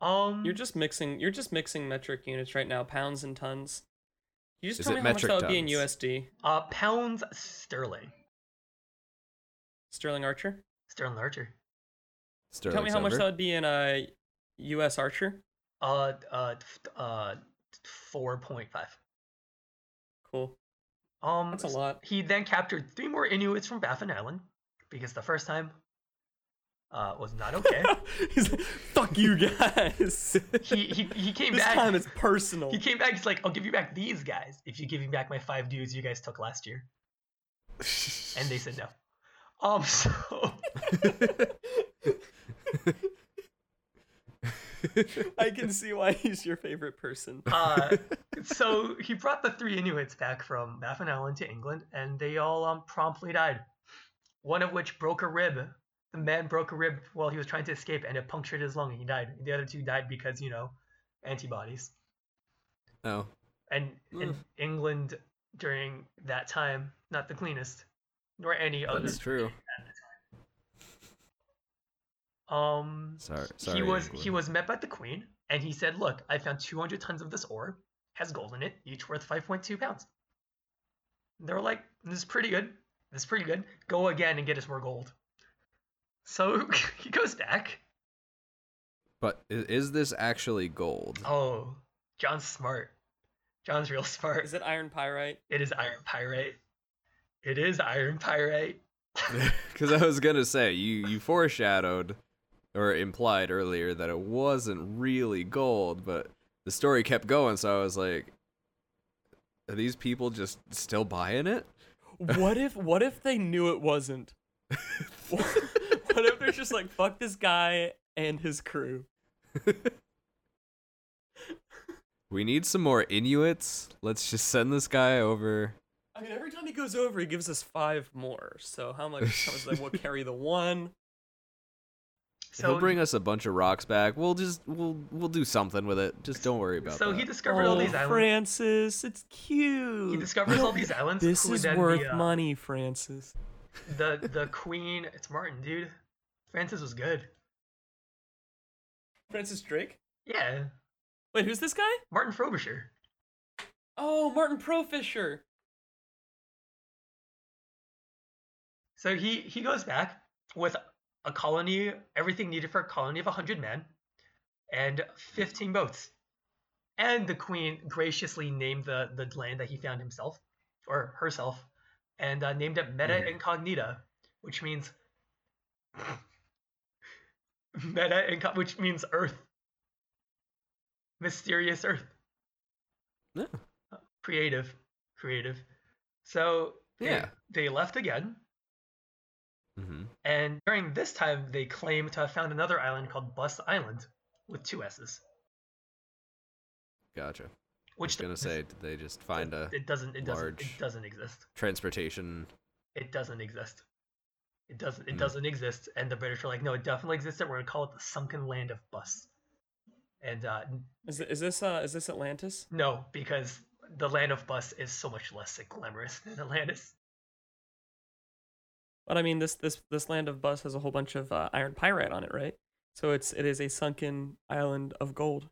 Speaker 2: Um,
Speaker 3: You're just mixing. You're just mixing metric units right now, pounds and tons. You just
Speaker 1: Is
Speaker 3: tell
Speaker 1: it
Speaker 3: me how much
Speaker 1: metric
Speaker 3: that would be in
Speaker 1: tons?
Speaker 3: USD.
Speaker 2: uh, pounds sterling.
Speaker 3: Sterling Archer.
Speaker 2: Sterling Archer.
Speaker 1: Sterling
Speaker 3: tell me how much that
Speaker 1: silver.
Speaker 3: would be in a U.S. Archer.
Speaker 2: Uh, uh, f- uh, 4.5.
Speaker 3: Cool.
Speaker 2: Um,
Speaker 3: That's a lot.
Speaker 2: He then captured three more Inuits from Baffin Island because the first time uh, was not okay.
Speaker 3: He's like, fuck you guys.
Speaker 2: he, he, he came
Speaker 3: this
Speaker 2: back.
Speaker 3: time it's personal.
Speaker 2: He came back. He's like, "I'll give you back these guys if you give me back my five dudes you guys took last year." And they said no. Um. So,
Speaker 3: I can see why he's your favorite person.
Speaker 2: uh, so he brought the three Inuits back from Baffin Island to England, and they all um promptly died. One of which broke a rib. The man broke a rib while he was trying to escape, and it punctured his lung, and he died. The other two died because you know, antibodies.
Speaker 1: Oh.
Speaker 2: And in
Speaker 1: Mm.
Speaker 2: England during that time, not the cleanest, nor any other.
Speaker 1: That's true.
Speaker 2: Um.
Speaker 1: Sorry. Sorry.
Speaker 2: he was he
Speaker 1: England.
Speaker 2: was met by the queen, and he said, "Look, I found 200 tons of this ore, has gold in it, each worth 5.2 pounds." They were like, "This is pretty good. This is pretty good. Go again and get us more gold." So he goes back.
Speaker 1: But i- is this actually gold?
Speaker 2: Oh, John's smart. John's real smart.
Speaker 3: Is it iron pyrite?
Speaker 2: It is iron pyrite. It is iron pyrite.
Speaker 1: Because I was gonna say you you foreshadowed or implied earlier that it wasn't really gold, but the story kept going, so I was like, are these people just still buying it?
Speaker 3: What if what if they knew it wasn't? what what if they're just like fuck this guy and his crew?
Speaker 1: We need some more Inuits. Let's just send this guy over.
Speaker 3: I mean, every time he goes over, he gives us five more. So how much? How much? Like, we'll carry the one.
Speaker 2: So
Speaker 1: He'll bring us a bunch of rocks back. We'll just we'll we'll do something with it. Just don't worry about
Speaker 2: so
Speaker 1: that.
Speaker 2: he discovered all
Speaker 3: Oh,
Speaker 2: these islands.
Speaker 3: Francis, it's cute.
Speaker 2: He discovers all these islands.
Speaker 3: This
Speaker 2: who
Speaker 3: is
Speaker 2: then
Speaker 3: worth
Speaker 2: the, uh,
Speaker 3: money, Francis.
Speaker 2: the the queen. It's Martin, dude. Francis was good.
Speaker 3: Francis Drake.
Speaker 2: Yeah,
Speaker 3: Wait, who's this guy?
Speaker 2: Martin Frobisher.
Speaker 3: Oh, Martin Profisher.
Speaker 2: So he he goes back with a colony, everything needed for a colony of 100 men and 15 boats. And the queen graciously named the the land that he found himself or herself and uh, named it Meta
Speaker 1: Mhm.
Speaker 2: Incognita, which means Meta Inco- which means earth. Mysterious earth.
Speaker 1: Yeah.
Speaker 2: Creative, creative. So they,
Speaker 1: Yeah.
Speaker 2: they left again.
Speaker 1: hmm
Speaker 2: And during this time, they claim to have found another island called Bus Island with two S's,
Speaker 1: Gotcha. I was
Speaker 2: which
Speaker 1: gonna say, did they just find a
Speaker 2: it doesn't it doesn't it
Speaker 1: large-
Speaker 2: doesn't exist.
Speaker 1: transportation?
Speaker 2: It doesn't exist. It doesn't it
Speaker 1: Hmm.
Speaker 2: doesn't exist. And the British are like, no, it definitely existed. We're gonna call it the Sunken Land of Bus. And uh, n-
Speaker 3: Is, th- is this uh is this Atlantis?
Speaker 2: no, because the land of Bus is so much less glamorous than Atlantis.
Speaker 3: But I mean, this this this land of bus has a whole bunch of uh, iron pyrite on it, right? So it's it is a sunken island of gold.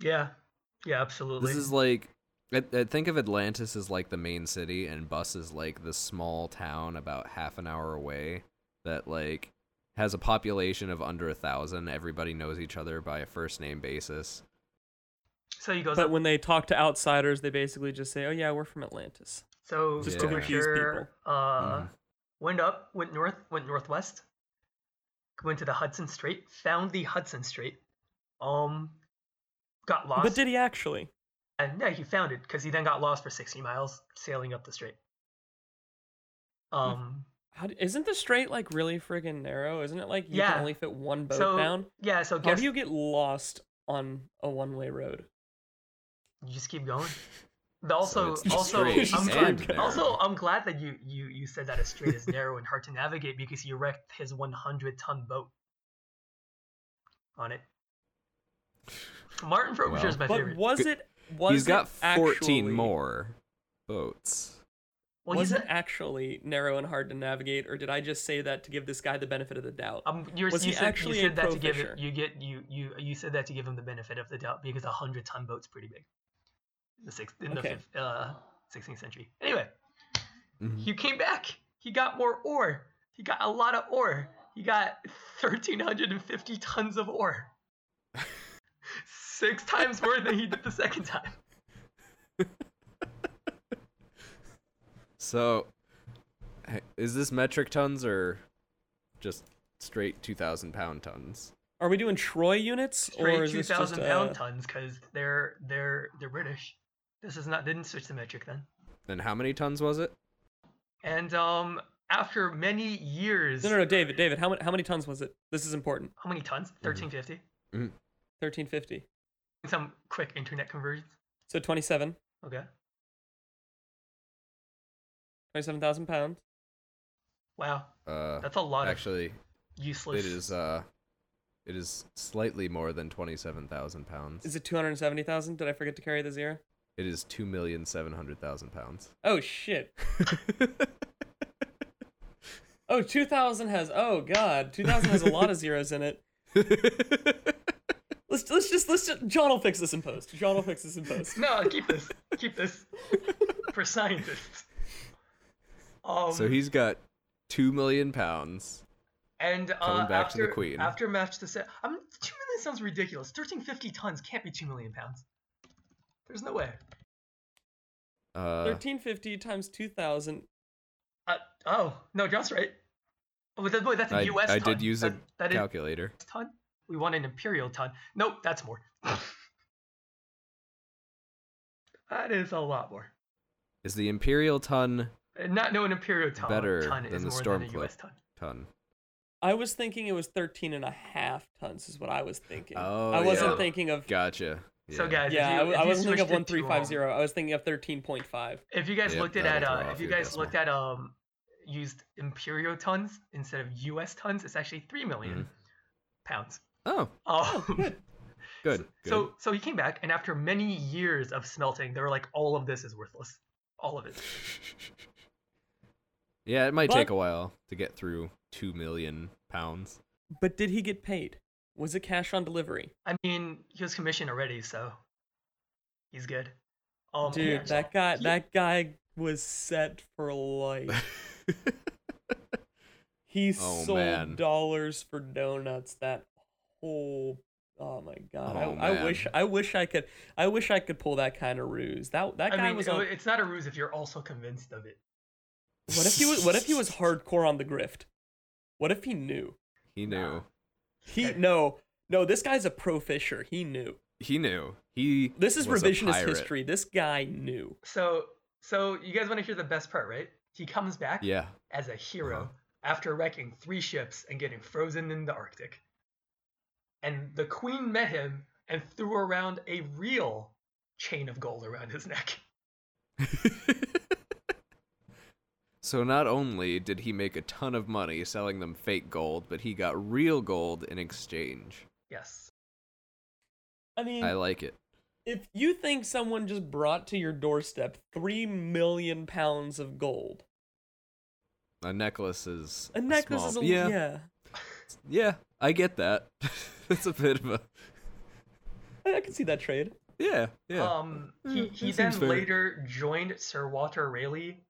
Speaker 2: Yeah, yeah, absolutely.
Speaker 1: This is like I, I think of Atlantis as like the main city, and Bus is like the small town about half an hour away that like has a population of under a thousand. Everybody knows each other by a first name basis.
Speaker 2: so he goes.
Speaker 3: But when they talk to outsiders, they basically just say, "Oh yeah, we're from Atlantis."
Speaker 2: So
Speaker 1: Just
Speaker 2: just
Speaker 1: to
Speaker 2: over
Speaker 3: confuse Mm-hmm.
Speaker 2: here,
Speaker 3: people.
Speaker 2: uh, went up, went north, went northwest, who went to the Hudson Strait, found the Hudson Strait, um, got lost.
Speaker 3: But did he actually?
Speaker 2: And yeah, he found it because he then got lost for 60 miles sailing up the strait.
Speaker 3: Hmm.
Speaker 2: Um,
Speaker 3: How d- isn't the strait like really friggin' narrow? Isn't it like you
Speaker 2: Yeah.
Speaker 3: can only fit one boat
Speaker 2: so
Speaker 3: down?
Speaker 2: yeah, so
Speaker 3: How
Speaker 2: guess
Speaker 3: do
Speaker 2: you...
Speaker 3: you get lost on a one-way road?
Speaker 2: just keep going. The- Also,
Speaker 1: it's the
Speaker 2: also,
Speaker 1: strait
Speaker 2: I'm
Speaker 3: and
Speaker 2: glad,
Speaker 1: narrow.
Speaker 2: also, I'm glad that you you you said that a strait is narrow and hard to navigate because he wrecked his 100 ton boat on it. Martin Frobisher is
Speaker 1: Wow.
Speaker 2: my
Speaker 3: But
Speaker 2: favorite.
Speaker 3: was
Speaker 1: G-
Speaker 3: it? Was
Speaker 1: He's got
Speaker 3: it
Speaker 1: 14
Speaker 3: actually-
Speaker 1: more boats.
Speaker 2: well,
Speaker 3: was
Speaker 2: he's
Speaker 3: it
Speaker 2: a-
Speaker 3: actually narrow and hard to navigate, or did I just say that to give this guy the benefit of the doubt?
Speaker 2: Um, you were,
Speaker 3: Was
Speaker 2: you
Speaker 3: he
Speaker 2: said,
Speaker 3: actually
Speaker 2: you
Speaker 3: a
Speaker 2: said that to give
Speaker 3: pro
Speaker 2: it, you get you you you said that to give him the benefit of the doubt because a hundred ton boat's pretty big. In the sixth in the
Speaker 3: Okay.
Speaker 2: fifth, uh, 16th century. Anyway,
Speaker 1: Mm-hmm.
Speaker 2: he came back. He got more ore. He got a lot of ore. He got 1,350 tons of ore. Six times more than he did the second time.
Speaker 1: So, h- is this metric tons or just straight 2,000 pound tons?
Speaker 3: Are we doing Troy units, or
Speaker 2: Straight
Speaker 3: is this just
Speaker 2: 2,000 pound
Speaker 3: uh,
Speaker 2: tons because they're they're they're British. This is not they didn't switch the metric then.
Speaker 1: And how many tons was it?
Speaker 2: And um, after many years,
Speaker 3: No, no, no, David, David, how many, how many tons was it? This is important.
Speaker 2: how many tons?
Speaker 3: Mm-hmm.
Speaker 2: 1350.
Speaker 3: Thirteen fifty.
Speaker 2: Some quick internet conversions.
Speaker 3: So twenty-seven.
Speaker 2: Okay.
Speaker 3: Twenty-seven thousand pounds.
Speaker 2: Wow,
Speaker 1: Uh,
Speaker 2: that's a lot
Speaker 1: actually,
Speaker 2: of useless.
Speaker 1: it is. Uh, it is slightly more than 27,000 pounds.
Speaker 3: Is it two hundred seventy thousand? Did I forget to carry the zero?
Speaker 1: It is 2,700,000 pounds.
Speaker 3: Oh shit. Oh, 2000 has oh god, 2000 has a lot of zeros in it. Let's let's just let's just John will fix this in post. John will fix this in post.
Speaker 2: No, keep this. keep this for scientists. Um,
Speaker 1: so he's got 2 million pounds.
Speaker 2: and uh,
Speaker 1: coming back to
Speaker 2: after,
Speaker 1: the Queen.
Speaker 2: After match to set, I'm two million sounds ridiculous. Thirteen fifty tons can't be two million pounds. There's no way.
Speaker 1: Uh,
Speaker 3: 1350 times 2000.
Speaker 2: Uh, oh no, John's right. Oh, but that, wait, that's a
Speaker 1: I,
Speaker 2: U.S.
Speaker 1: I
Speaker 2: ton.
Speaker 1: did use
Speaker 2: that,
Speaker 1: a
Speaker 2: that is
Speaker 1: calculator.
Speaker 2: ton. We want an imperial ton. Nope, that's more. that is a lot more.
Speaker 1: Is the imperial ton
Speaker 2: Uh, Not no an imperial ton.
Speaker 1: Better
Speaker 2: ton
Speaker 1: than
Speaker 2: is
Speaker 1: the
Speaker 2: more
Speaker 1: storm
Speaker 2: than a
Speaker 1: clip.
Speaker 2: U.S. ton.
Speaker 1: ton?
Speaker 3: I was thinking it was 13 and a half tons is what I was thinking.
Speaker 1: Oh,
Speaker 3: I wasn't
Speaker 1: yeah.
Speaker 3: thinking of
Speaker 1: Gotcha.
Speaker 2: So guys, if
Speaker 3: Yeah, I
Speaker 2: you-
Speaker 3: w-
Speaker 2: if
Speaker 3: I
Speaker 2: you
Speaker 3: wasn't thinking of
Speaker 2: switched it to, um,
Speaker 3: 1350. I was thinking of 13.5.
Speaker 2: If you guys
Speaker 1: Yep,
Speaker 2: looked at
Speaker 1: that'll
Speaker 2: at, uh,
Speaker 1: throw off
Speaker 2: if you
Speaker 1: your
Speaker 2: guys
Speaker 1: decimal.
Speaker 2: looked at um used imperial tons instead of U.S. tons, it's actually three million pounds.
Speaker 1: Oh,
Speaker 2: Oh,
Speaker 1: good. good.
Speaker 2: so so he came back, and after many years of smelting, they were like, all of this is worthless. All of it.
Speaker 1: yeah, it might take
Speaker 3: But-
Speaker 1: a while to get through two million pounds.
Speaker 3: But did he get paid? Was it cash on delivery?
Speaker 2: I mean, he was commissioned already, so he's good. Um,
Speaker 3: Dude,
Speaker 2: yeah,
Speaker 3: that guy
Speaker 2: he-
Speaker 3: that guy was set for life. He
Speaker 1: Oh,
Speaker 3: sold
Speaker 1: man.
Speaker 3: dollars for donuts. That whole oh my god!
Speaker 1: Oh,
Speaker 3: I, I wish
Speaker 1: man.
Speaker 3: I wish I could I wish I could pull that kind of ruse. That that
Speaker 2: I
Speaker 3: guy
Speaker 2: mean,
Speaker 3: was.
Speaker 2: it-
Speaker 3: On,
Speaker 2: it's not a ruse if you're also convinced of it.
Speaker 3: what if he was? What if he was hardcore on the grift? What if he knew?
Speaker 1: He knew.
Speaker 2: Nah.
Speaker 3: He
Speaker 2: Okay.
Speaker 3: no no. This guy's a pro fisher. He knew.
Speaker 1: He knew. He.
Speaker 3: This is
Speaker 1: was a
Speaker 3: revisionist
Speaker 1: pirate.
Speaker 3: history. This guy knew.
Speaker 2: So so you guys want to hear the best part, right? He comes back.
Speaker 1: Yeah.
Speaker 2: as a hero
Speaker 1: Uh-huh.
Speaker 2: after wrecking three ships and getting frozen in the Arctic. And the queen met him and threw around a real chain of gold around his neck.
Speaker 1: So not only did he make a ton of money selling them fake gold, but he got real gold in exchange.
Speaker 2: Yes.
Speaker 3: I mean,
Speaker 1: I like it.
Speaker 3: if you think someone just brought to your doorstep three million pounds of gold,
Speaker 1: A necklace is
Speaker 3: a necklace
Speaker 1: small-
Speaker 3: is a
Speaker 1: yeah,
Speaker 3: yeah.
Speaker 1: yeah. I get that. That's a bit of a
Speaker 3: I I can see that trade.
Speaker 1: yeah, yeah.
Speaker 3: Uh,
Speaker 2: Um, he,
Speaker 1: Mm,
Speaker 2: he
Speaker 1: that
Speaker 2: then
Speaker 1: seems fair.
Speaker 2: later joined Sir Walter Raleigh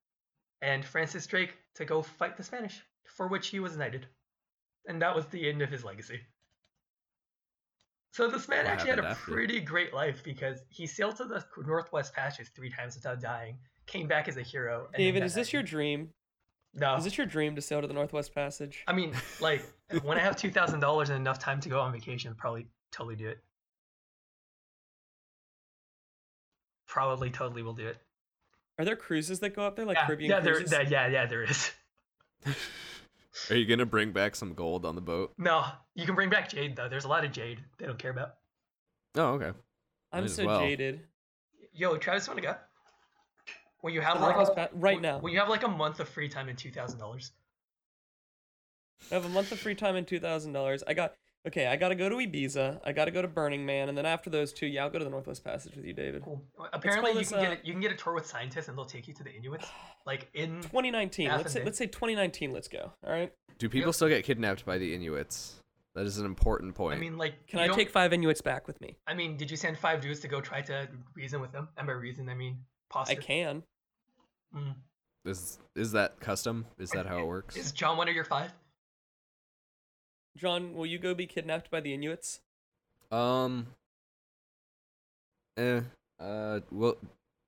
Speaker 2: and Francis Drake to go fight the Spanish, for which he was knighted. And that was the end of his legacy. So this man
Speaker 1: What
Speaker 2: actually had a
Speaker 1: happened after?
Speaker 2: pretty great life because he sailed to the Northwest Passes three times without dying, came back as a hero. And then
Speaker 3: David,
Speaker 2: got
Speaker 3: is this your
Speaker 2: knighted.
Speaker 3: dream?
Speaker 2: No.
Speaker 3: Is it your dream to sail to the Northwest Passage?
Speaker 2: I mean, like, when I have two thousand dollars and enough time to go on vacation, I'd probably totally do it. Probably totally will do it.
Speaker 3: Are there cruises that go up there, like
Speaker 2: yeah,
Speaker 3: Caribbean
Speaker 2: yeah, there,
Speaker 3: cruises?
Speaker 2: there- yeah, yeah, there is.
Speaker 1: Are you gonna bring back some gold on the boat?
Speaker 2: No, you can bring back jade though. There's a lot of jade they don't care about.
Speaker 1: Oh, okay.
Speaker 3: I'm
Speaker 1: Might as
Speaker 3: so
Speaker 1: well.
Speaker 3: jaded.
Speaker 2: Yo, Travis, want to go? When you have
Speaker 3: The
Speaker 2: like
Speaker 3: Northwest
Speaker 2: a,
Speaker 3: Pa- right
Speaker 2: when-
Speaker 3: now,
Speaker 2: when you have like a month of free time and two thousand dollars.
Speaker 3: I have a month of free time and two thousand dollars. I got okay. I got to go to Ibiza. I got to go to Burning Man, and then after those two, yeah, I'll go to the Northwest Passage with you, David.
Speaker 2: Cool. Apparently, you
Speaker 3: this,
Speaker 2: can get
Speaker 3: uh,
Speaker 2: a, you can get a tour with scientists and they'll take you to the Inuits, like in
Speaker 3: 2019. Let's say,
Speaker 2: Athens.
Speaker 3: let's say 2019. Let's go. All right.
Speaker 1: Do people
Speaker 2: Yep.
Speaker 1: still get kidnapped by the Inuits? That is an important point.
Speaker 2: I mean, like,
Speaker 3: Can
Speaker 2: you
Speaker 3: I
Speaker 2: don't-
Speaker 3: take five Inuits back with me?
Speaker 2: I mean, did you send five dudes to go try to reason with them? And by reason, I mean
Speaker 3: I
Speaker 2: posture.
Speaker 3: can.
Speaker 2: Mm.
Speaker 1: is is that custom? Is that how it works?
Speaker 2: Is John one of your five?
Speaker 3: John, will you go be kidnapped by the Inuits?
Speaker 1: Um. Eh. Uh. Well,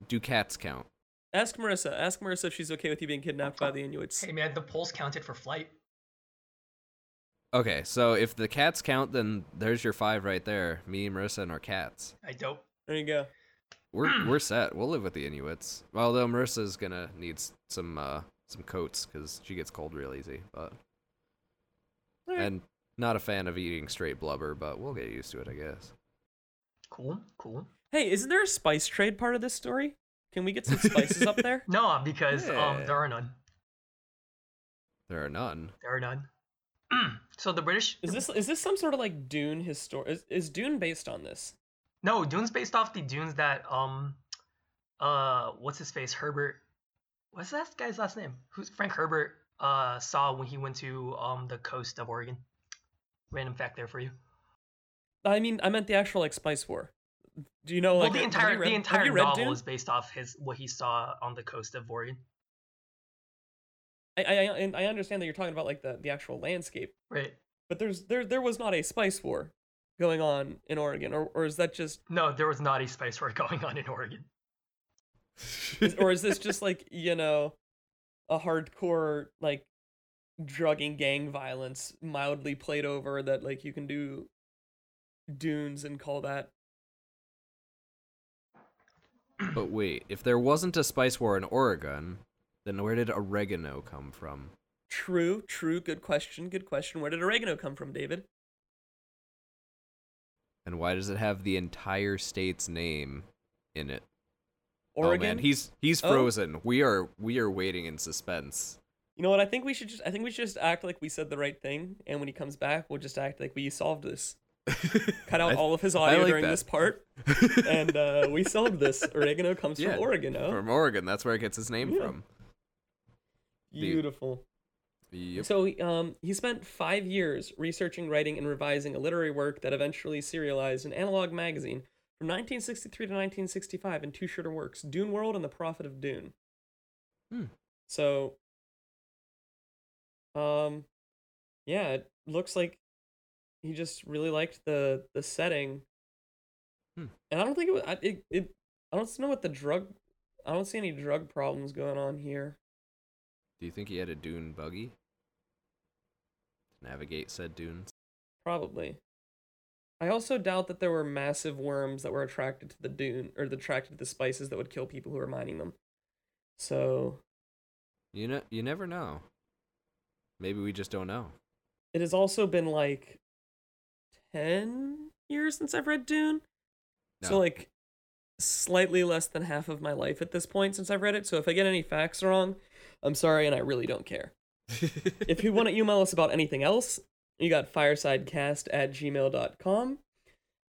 Speaker 1: do cats count?
Speaker 3: Ask Marissa. Ask Marissa if she's okay with you being kidnapped by the Inuits.
Speaker 2: Hey man, the polls counted for flight.
Speaker 1: Okay, so if the cats count, then there's your five right there. Me, Marissa, and our cats.
Speaker 2: I dope.
Speaker 3: There you go.
Speaker 2: Hmm.
Speaker 1: We're we're set. We'll live with the Inuits. Although Marissa's gonna need s- some uh some coats because she gets cold real easy. But
Speaker 2: Eh.
Speaker 3: All right.
Speaker 1: and not a fan of eating straight blubber, but we'll get used to it, I guess.
Speaker 2: Cool, cool.
Speaker 3: Hey, isn't there a spice trade part of this story? Can we get some spices up there?
Speaker 2: No, because um,
Speaker 1: Yeah.
Speaker 2: there are none.
Speaker 1: There are none.
Speaker 2: There are none.
Speaker 3: Hmm.
Speaker 2: so the British?
Speaker 3: Is this is this some sort of like Dune history? Is, is Dune based on this?
Speaker 2: No, Dune's based off the Dunes that um, uh, what's his face? Herbert. What's that guy's last name? Who's Frank Herbert? Uh, saw when he went to um the coast of Oregon. Random fact there for you.
Speaker 3: I mean, I meant the actual like spice war. Do you know
Speaker 2: Well,
Speaker 3: like
Speaker 2: the
Speaker 3: have you
Speaker 2: entire
Speaker 3: read-
Speaker 2: the
Speaker 3: have
Speaker 2: entire
Speaker 3: you read
Speaker 2: novel
Speaker 3: Dune?
Speaker 2: is based off his what he saw on the coast of Oregon.
Speaker 3: I, I I- and I understand that you're talking about like the, the actual landscape,
Speaker 2: Right.
Speaker 3: but there's there there was not a spice war going on in Oregon, or or is that just
Speaker 2: No, there was not a spice war going on in Oregon.
Speaker 3: is, or is this just like you know a hardcore like drugging gang violence mildly played over that like you can do dunes and call that
Speaker 1: But wait, if there wasn't a spice war in Oregon, then where did oregano come from?
Speaker 3: true true good question good question where did oregano come from david
Speaker 1: And why does it have the entire state's name in it?
Speaker 3: oregon
Speaker 1: Oh man, he's he's
Speaker 3: Oh.
Speaker 1: frozen. We are we are waiting in suspense.
Speaker 3: you know what i think we should just i think we should just act like we said the right thing and when he comes back we'll just act like we solved this cut out
Speaker 1: I-
Speaker 3: all of his
Speaker 1: I
Speaker 3: audio
Speaker 1: like
Speaker 3: during
Speaker 1: that.
Speaker 3: this part and uh, we solved this oregano comes
Speaker 1: Yeah,
Speaker 3: from oregano
Speaker 1: From Oregon, that's where it gets its name
Speaker 3: Oh. Yeah.
Speaker 1: from.
Speaker 3: beautiful
Speaker 1: Yep.
Speaker 3: So he, um, he spent five years researching, writing, and revising a literary work that eventually serialized in Analog Magazine from 1963 to 1965 in two shorter works, Dune World and The Prophet of Dune.
Speaker 1: Hmm.
Speaker 3: So, um, yeah, it looks like he just really liked the the setting.
Speaker 1: Hmm.
Speaker 3: And I don't think it was. I, it, it, I don't know what the drug. I don't see any drug problems going on here.
Speaker 1: Do you think he had a dune buggy? to Navigate said dunes.
Speaker 3: Probably. I also doubt that there were massive worms that were attracted to the dune or that attracted to the spices that would kill people who were mining them. So
Speaker 1: You know, you never know. Maybe we just don't know.
Speaker 3: it has also been like ten years since I've read Dune. So
Speaker 1: No.
Speaker 3: like slightly less than half of my life at this point since I've read it. So if I get any facts wrong, I'm sorry and I really don't care. if you want to email us about anything else, you got firesidecast at gmail.com.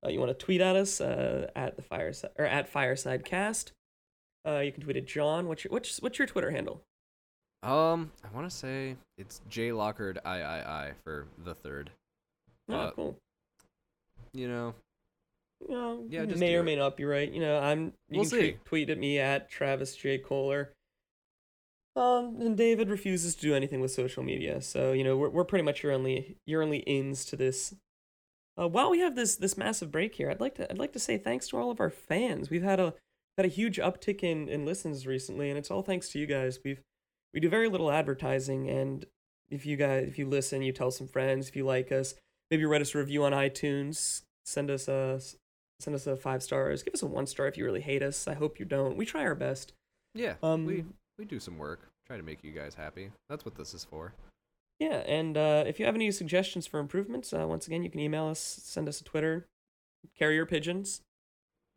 Speaker 3: Uh, you want to tweet at us uh, at the fireside or at firesidecast. Uh, you can tweet at John. What's your what's what's your Twitter handle?
Speaker 1: um, I want to say it's J Lockard I I I for the third.
Speaker 3: Oh,
Speaker 1: Uh,
Speaker 3: cool.
Speaker 1: You know,
Speaker 3: You know,
Speaker 1: yeah, just
Speaker 3: may
Speaker 1: do
Speaker 3: or
Speaker 1: it.
Speaker 3: may not be right. You know, I'm. You
Speaker 1: We'll
Speaker 3: can tweet-
Speaker 1: see.
Speaker 3: Tweet at me at Travis J Kohler. Um, and David refuses to do anything with social media, so you know we're we're pretty much your only your only ins to this. Uh, while we have this this massive break here, I'd like to I'd like to say thanks to all of our fans. We've had a had a huge uptick in in listens recently, and it's all thanks to you guys. We've we do very little advertising and if you guys if you listen you tell some friends if you like us maybe write us a review on itunes send us a send us a five stars give us a one star if you really hate us i hope you don't we try our best
Speaker 1: Yeah,
Speaker 3: Um,
Speaker 1: we we do some work, try to make you guys happy. That's what this is for.
Speaker 3: yeah and uh, if you have any suggestions for improvements uh, once again you can email us send us a twitter carrier pigeons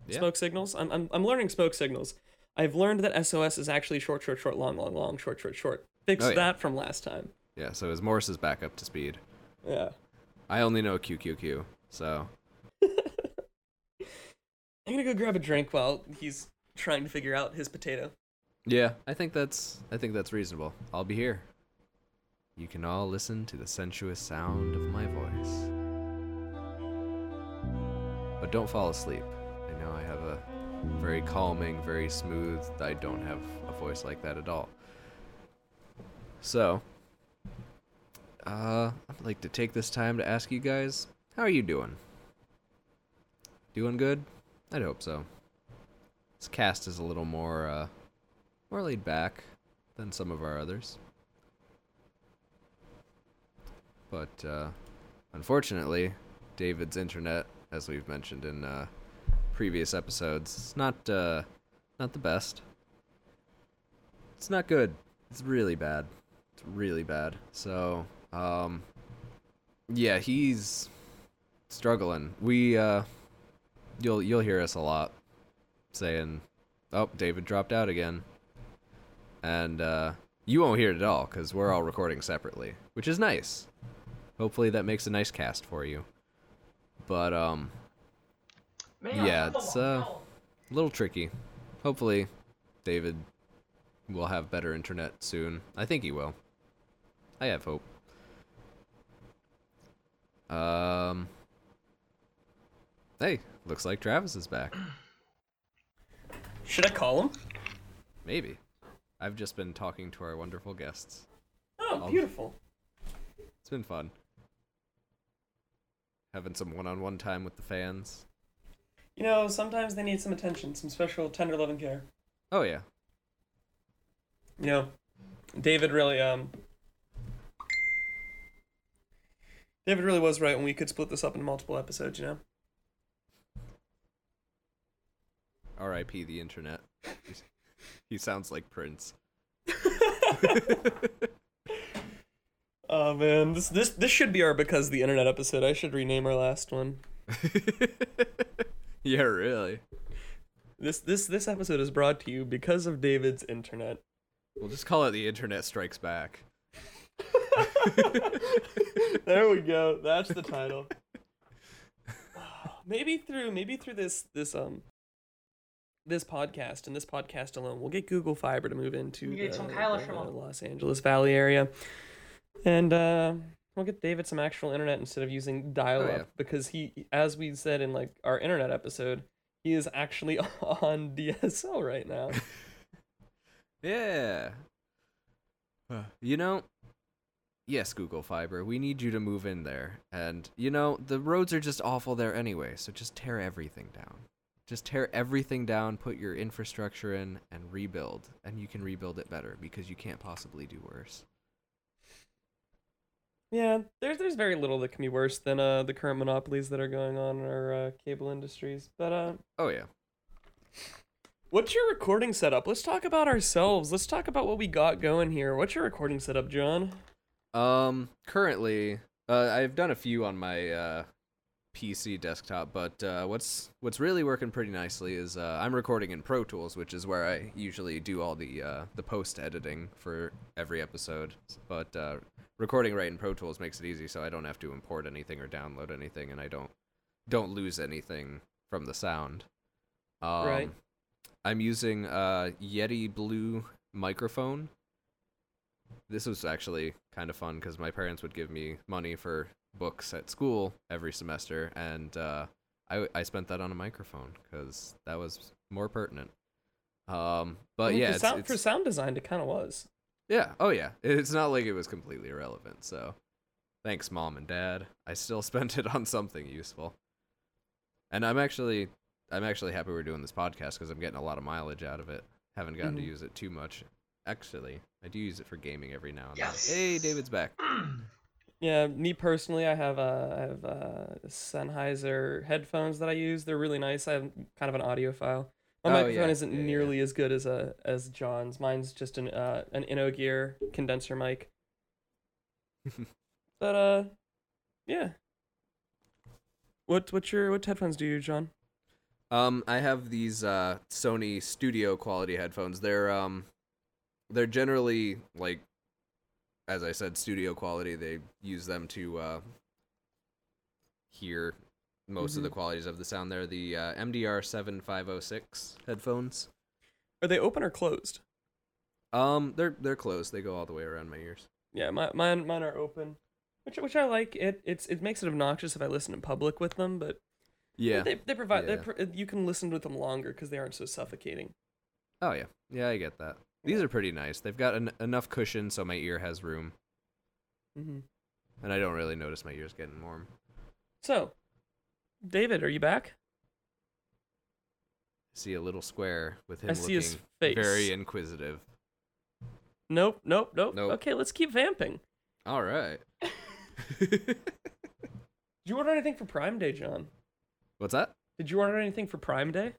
Speaker 1: Yeah.
Speaker 3: smoke signals I'm, I'm i'm learning smoke signals i've learned that sos is actually short short short long long long short short short fixed
Speaker 1: Oh, yeah.
Speaker 3: that from last time
Speaker 1: Yeah. So as Morris is back up to speed,
Speaker 3: yeah
Speaker 1: I only know QQQ. So
Speaker 3: i'm gonna go grab a drink while he's trying to figure out his potato
Speaker 1: yeah, I think that's I think that's reasonable. I'll be here. You can all listen to the sensuous sound of my voice, but don't fall asleep. I know I have a very calming, very smooth. I don't have a voice like that at all. So, uh, I'd like to take this time to ask you guys, how are you doing? Doing good? I'd hope so. This cast is a little more, uh, more laid back than some of our others. But, uh, unfortunately, David's internet, as we've mentioned in, uh, previous episodes, it's not, uh, not the best. It's not good. It's really bad. It's really bad. So, um, yeah, he's struggling. We, uh, you'll, you'll hear us a lot saying, oh, David dropped out again and uh, you won't hear it at all because we're all recording separately, which is nice. Hopefully that makes a nice cast for you. But um, yeah, it's uh, a little tricky. Hopefully, David will have better internet soon. I think he will. I have hope. Um. Hey, looks like Travis is back.
Speaker 3: should i call him
Speaker 1: Maybe. I've just been talking to our wonderful guests.
Speaker 3: oh
Speaker 1: I'll-
Speaker 3: beautiful
Speaker 1: It's been fun. Having some one on one time with the fans.
Speaker 3: you know sometimes they need some attention some special tender love and care
Speaker 1: Oh, yeah.
Speaker 3: you know, David really um David really was right when we could split this up into multiple episodes, you know.
Speaker 1: RIP the internet. He's- he sounds like Prince.
Speaker 3: Oh man, this this this should be our because the internet episode. I should rename our last one.
Speaker 1: yeah, really.
Speaker 3: This this this episode is brought to you because of David's internet.
Speaker 1: We'll just call it The Internet Strikes Back.
Speaker 3: There we go. That's the title. maybe through maybe through this this um this podcast and this podcast alone, we'll get Google Fiber to move into
Speaker 2: We get
Speaker 3: the,
Speaker 2: some Kyla
Speaker 3: the
Speaker 2: from-
Speaker 3: Los Angeles Valley area, and uh, we'll get David some actual internet instead of using
Speaker 2: Oh,
Speaker 3: dial-up
Speaker 1: yeah.
Speaker 3: because he, as we said in like our internet episode, he is actually on DSL right now.
Speaker 1: Yeah. Uh, You know, yes, Google Fiber, we need you to move in there. And, you know, the roads are just awful there anyway, so just tear everything down. Just tear everything down, put your infrastructure in, and rebuild. And you can rebuild it better because you can't possibly do worse.
Speaker 3: yeah, there's there's very little that can be worse than uh the current monopolies that are going on in our uh, cable industries, but uh.
Speaker 1: Oh, yeah.
Speaker 3: What's your recording setup? Let's talk about ourselves. Let's talk about what we got going here. What's your recording setup, John?
Speaker 1: Um, currently, uh, I've done a few on my uh, PC desktop, but uh, what's what's really working pretty nicely is uh, I'm recording in Pro Tools, which is where I usually do all the uh, the post editing for every episode. But uh, recording right in Pro Tools makes it easy, so I don't have to import anything or download anything, and I don't don't lose anything from the sound. Um,
Speaker 3: Right.
Speaker 1: I'm using a Yeti Blue microphone. This was actually kind of fun because my parents would give me money for books at school every semester, and uh, I I spent that on a microphone because that was more pertinent. Um, but
Speaker 3: I mean,
Speaker 1: yeah,
Speaker 3: for
Speaker 1: it's,
Speaker 3: sound,
Speaker 1: it's,
Speaker 3: for sound design, it kind of was.
Speaker 1: yeah. Oh yeah. It's not like it was completely irrelevant. So, thanks, mom and dad. I still spent it on something useful. And I'm actually, I'm actually happy we're doing this podcast because I'm getting a lot of mileage out of it. Haven't gotten
Speaker 3: Mhm.
Speaker 1: to use it too much actually. I do use it for gaming every now and
Speaker 2: Yes.
Speaker 1: then. Hey, David's back.
Speaker 3: Hmm. Yeah, me personally, I have uh, I have uh, Sennheiser headphones that I use. They're really nice. I'm kind of an audiophile.
Speaker 1: Oh,
Speaker 3: My microphone
Speaker 1: yeah.
Speaker 3: isn't
Speaker 1: Yeah, yeah, yeah.
Speaker 3: nearly as good as a as John's. Mine's just an uh, an InnoGear condenser mic. but uh, yeah. What what's your what headphones do you, John?
Speaker 1: Um, I have these uh Sony studio quality headphones. They're um, they're generally like, as I said, studio quality. They use them to uh, hear most of the qualities of the sound. They're the uh, MDR seven five zero six headphones.
Speaker 3: Are they open or closed?
Speaker 1: Um, they're they're closed. They go all the way around my ears.
Speaker 3: Yeah, my, mine mine are open, which which I like. It it's it makes it obnoxious if I listen in public with them, but
Speaker 1: Yeah.
Speaker 3: they they provide they
Speaker 1: Yeah.
Speaker 3: pr- you can listen with them longer because they aren't so suffocating.
Speaker 1: Oh yeah. Yeah, I get that. These are pretty nice. They've got en- enough cushion so my ear has room,
Speaker 3: Mm-hmm.
Speaker 1: and I don't really notice my ears getting warm.
Speaker 3: So, David, are you back?
Speaker 1: see a little square with him
Speaker 3: I see
Speaker 1: looking
Speaker 3: his face.
Speaker 1: very inquisitive.
Speaker 3: Nope, nope, nope.
Speaker 1: Nope.
Speaker 3: Okay, let's keep vamping.
Speaker 1: All right.
Speaker 3: Did you order anything for Prime Day, John?
Speaker 1: What's that?
Speaker 3: Did you order anything for Prime Day?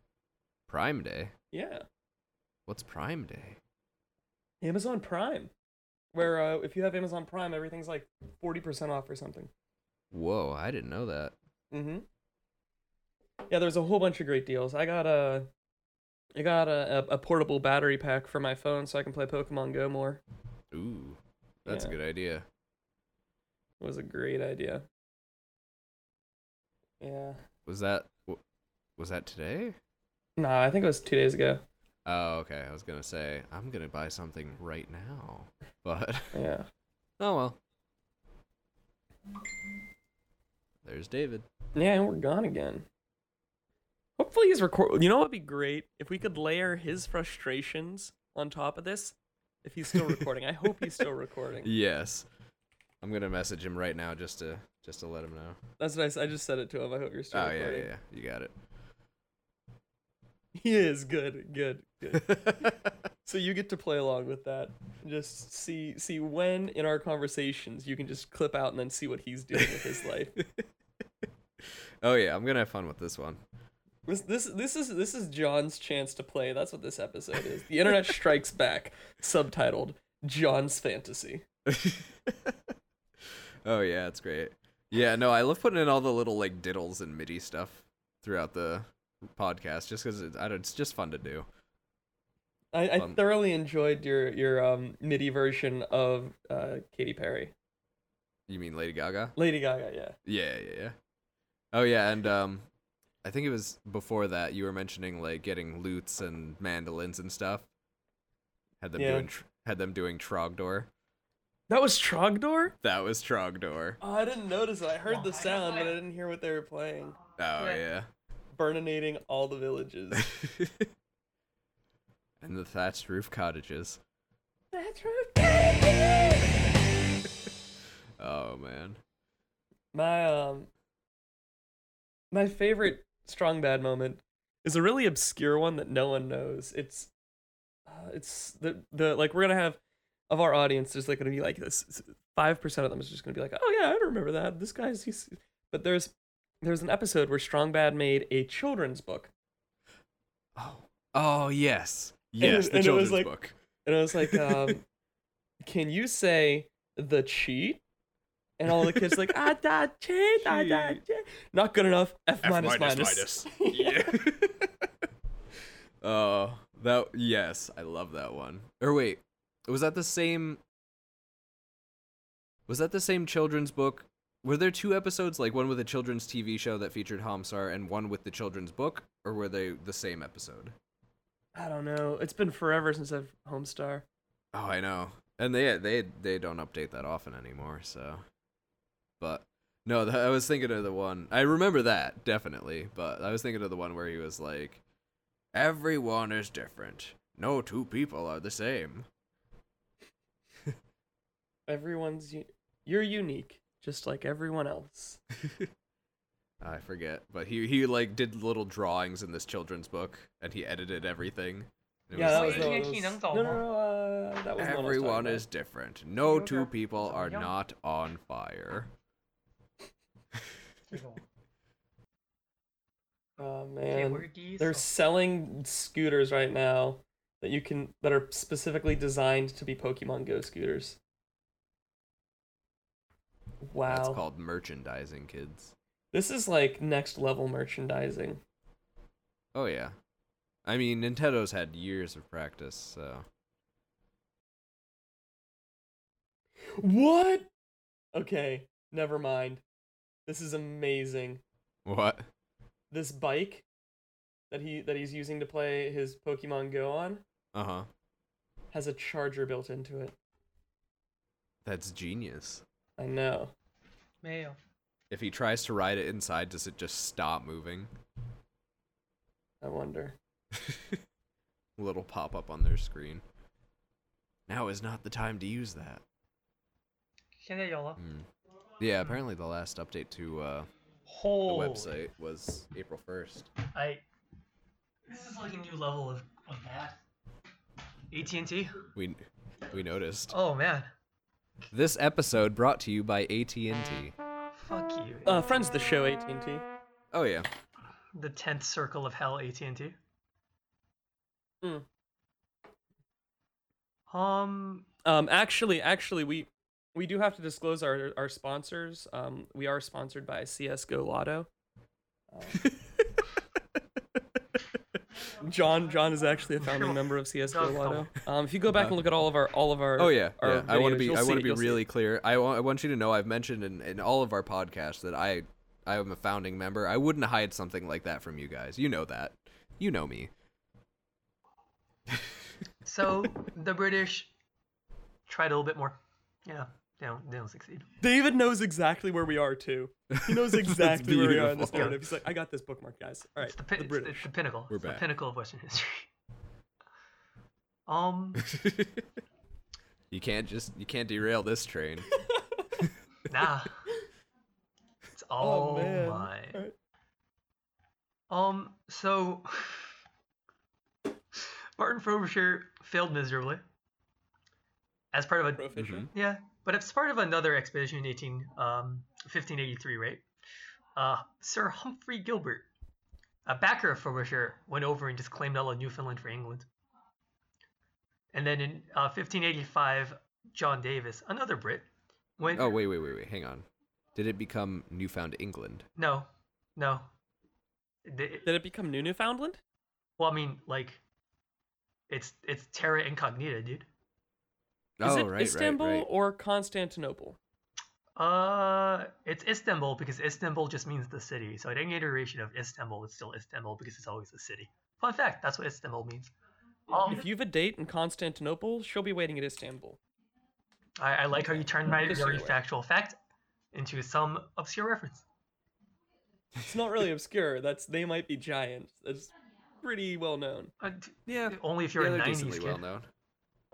Speaker 1: Prime Day.
Speaker 3: Yeah,
Speaker 1: What's Prime Day?
Speaker 3: Amazon Prime, where uh, if you have Amazon Prime, everything's like forty percent off or something.
Speaker 1: Whoa, I didn't know that.
Speaker 3: Mm-hmm. Yeah, there's a whole bunch of great deals. I got a, I got a, a, a portable battery pack for my phone so I can play Pokemon Go more.
Speaker 1: Ooh, that's
Speaker 3: Yeah.
Speaker 1: a good idea.
Speaker 3: It was a great idea. Yeah.
Speaker 1: Was that w- was that today?
Speaker 3: Nah, I think it was two days ago.
Speaker 1: Oh, okay. I was gonna say I'm gonna buy something right now, but
Speaker 3: Yeah.
Speaker 1: oh well. There's David.
Speaker 3: Yeah, and we're gone again. Hopefully he's record. You know what'd be great if we could layer his frustrations on top of this. If he's still recording, I hope he's still recording.
Speaker 1: Yes, I'm gonna message him right now just to just to let him know.
Speaker 3: That's what I, s- I just said it to him. I hope you're still
Speaker 1: Oh yeah,
Speaker 3: recording.
Speaker 1: yeah, yeah. You got it.
Speaker 3: He is good, good, good. so you get to play along with that. Just see see when in our conversations you can just clip out and then see what he's doing with his life.
Speaker 1: oh yeah, I'm gonna have fun with this one.
Speaker 3: This, this this is this is John's chance to play. That's what this episode is. The Internet Strikes Back, subtitled John's Fantasy.
Speaker 1: oh yeah, it's great. Yeah, no, I love putting in all the little like diddles and MIDI stuff throughout the podcast, just because it's, I don't- it's just fun to do.
Speaker 3: I, I
Speaker 1: Um,
Speaker 3: thoroughly enjoyed your your um, MIDI version of uh, Katy Perry,
Speaker 1: You mean Lady Gaga?
Speaker 3: Lady Gaga. Yeah,
Speaker 1: Yeah, yeah, yeah. Oh yeah, and um, I think it was before that you were mentioning like getting lutes and mandolins and stuff. Had them
Speaker 3: Yeah.
Speaker 1: doing tr- had them doing Trogdor.
Speaker 3: that was Trogdor.
Speaker 1: That was Trogdor.
Speaker 3: Oh, I didn't notice it. I heard
Speaker 2: Why
Speaker 3: the
Speaker 2: not?
Speaker 3: sound, but I didn't hear what they were playing.
Speaker 1: Oh
Speaker 2: Yeah.
Speaker 1: yeah.
Speaker 3: Burninating all the villages.
Speaker 1: and the thatched roof cottages.
Speaker 3: That's right.
Speaker 1: Oh man.
Speaker 3: My um my favorite strong bad moment is a really obscure one that no one knows. It's uh, it's the the like we're going to have of our audience there's like going to be like this 5% of them is just going to be like, "Oh yeah, I remember that. This guy's he's but there's there's an episode where Strong Bad made a children's book.
Speaker 1: Oh. Oh yes.
Speaker 3: it-
Speaker 1: Yes, the
Speaker 3: and it was
Speaker 1: children's
Speaker 3: like-
Speaker 1: book.
Speaker 3: And I was like, um, "Can you say the cheat?" And all the kids like, "Ah da cheat, ah da
Speaker 1: Cheat.
Speaker 3: cheat." Not good enough. F, minus minus.
Speaker 1: yeah. oh, that yes, I love that one. Or wait, was that the same? Was that the same children's book? Were there two episodes, like one with a children's TV show that featured Hamsar and one with the children's book, or were they the same episode?
Speaker 3: I don't know. It's been forever since I've Homestar.
Speaker 1: Oh, I know. And they they they don't update that often anymore, so but no, th- I was thinking of the one. I remember that definitely, but I was thinking of the one where he was like everyone is different. No two people are the same.
Speaker 3: Everyone's u- you're unique, just like everyone else.
Speaker 1: I forget, but he he like did little drawings in this children's book and he edited everything It
Speaker 3: Yeah,
Speaker 1: was
Speaker 3: that
Speaker 1: like,
Speaker 3: was the one. that was- No,
Speaker 2: 2019
Speaker 3: no, no. Uh, that was
Speaker 1: Everyone is different. No
Speaker 2: Yoga.
Speaker 1: two people are
Speaker 2: Yoga.
Speaker 1: not on fire.
Speaker 2: Keep going.
Speaker 3: Oh
Speaker 2: Okay,
Speaker 3: man,
Speaker 2: we're diesel.
Speaker 3: they're selling scooters right now that you can that are specifically designed to be Pokemon Go scooters. Wow,
Speaker 1: That's called merchandising, kids.
Speaker 3: this is like next level merchandising.
Speaker 1: Oh yeah. I mean, Nintendo's had years of practice, so
Speaker 3: What? Okay, never mind. This is amazing.
Speaker 1: what?
Speaker 3: This bike that he that he's using to play his Pokemon Go on
Speaker 1: Uh huh.
Speaker 3: has a charger built into it.
Speaker 1: That's genius.
Speaker 3: I know.
Speaker 2: Mayo.
Speaker 1: If he tries to ride it inside, does it just stop moving?
Speaker 3: I wonder.
Speaker 1: Little pop up on their screen. Now is not the time to use that.
Speaker 2: Can I YOLO?
Speaker 1: Hmm. Yeah, apparently the last update to uh, the
Speaker 2: Holy.
Speaker 1: website was April first.
Speaker 2: I. This is like a new level of, of that. AT&T.
Speaker 1: We we noticed.
Speaker 2: Oh man.
Speaker 1: This episode brought to you by AT&T.
Speaker 2: Fuck you.
Speaker 3: Uh, friends, of the show AT and T.
Speaker 1: Oh yeah.
Speaker 2: the tenth circle of hell, AT&T.
Speaker 3: Mm.
Speaker 2: Um.
Speaker 3: Um, actually, actually, we we do have to disclose our our sponsors. Um, we are sponsored by CS:GO Lotto. Um, John John is actually a founding member of CS:GO
Speaker 2: No,
Speaker 3: Lotto. Um, if you go back and look at all of our all of our
Speaker 1: Oh yeah.
Speaker 3: our
Speaker 1: yeah. I want to
Speaker 3: videos,
Speaker 1: be
Speaker 3: you'll
Speaker 1: I
Speaker 3: see
Speaker 1: want
Speaker 3: it,
Speaker 1: to be
Speaker 3: you'll see
Speaker 1: really
Speaker 3: it.
Speaker 1: clear. I want I want you to know I've mentioned in, in all of our podcasts that I I am a founding member. I wouldn't hide something like that from you guys. You know that. You know me.
Speaker 2: So the British tried a little bit more. You know, they don't, they don't succeed.
Speaker 3: David knows exactly where we are too. He knows
Speaker 1: That's
Speaker 3: exactly where we are in this
Speaker 1: beautiful.
Speaker 3: narrative. He's like, I got this bookmark, guys. All right,
Speaker 2: It's the, pin-
Speaker 3: the
Speaker 2: it's the-
Speaker 3: British.
Speaker 2: It's the pinnacle.
Speaker 1: We're
Speaker 2: it's
Speaker 1: back.
Speaker 2: the pinnacle of Western history. Um.
Speaker 1: you can't just you can't derail this train.
Speaker 2: Nah. It's all
Speaker 3: Oh, man.
Speaker 2: mine.
Speaker 3: All right.
Speaker 2: Um, so Martin Frobisher failed miserably as part of a
Speaker 3: Pro Fisher.
Speaker 1: Mhm.
Speaker 2: yeah, but as part of another expedition in 18 um 1583, right? Uh, Sir Humphrey Gilbert, a backer of Frobisher, went over and just claimed all of Newfoundland for England. And then in uh, 1585, John Davis, another Brit, went.
Speaker 1: Oh wait, wait, wait, wait. Hang on. Did it become Newfound England?
Speaker 2: No, no. The-
Speaker 3: Did it become New Newfoundland?
Speaker 2: well, I mean, like, it's it's Terra Incognita, dude.
Speaker 3: Is
Speaker 1: oh,
Speaker 3: it
Speaker 1: right, right,
Speaker 3: Istanbul
Speaker 1: right.
Speaker 3: or Constantinople?
Speaker 2: Uh, it's Istanbul because Istanbul just means the city. So at any iteration of Istanbul, it's still Istanbul because it's always the city. Fun fact: that's what Istanbul means. Um,
Speaker 3: If you have a date in Constantinople, she'll be waiting at Istanbul.
Speaker 2: I, I like how you turned my
Speaker 3: Just
Speaker 2: very
Speaker 3: anyway.
Speaker 2: factual fact into some obscure reference.
Speaker 3: It's not really obscure. That's they might be giant. That's pretty well known.
Speaker 2: Uh, t-
Speaker 1: Yeah.
Speaker 2: only if you're
Speaker 1: yeah,
Speaker 2: a
Speaker 1: they're
Speaker 2: '90s
Speaker 1: decently
Speaker 2: kid.
Speaker 1: well known.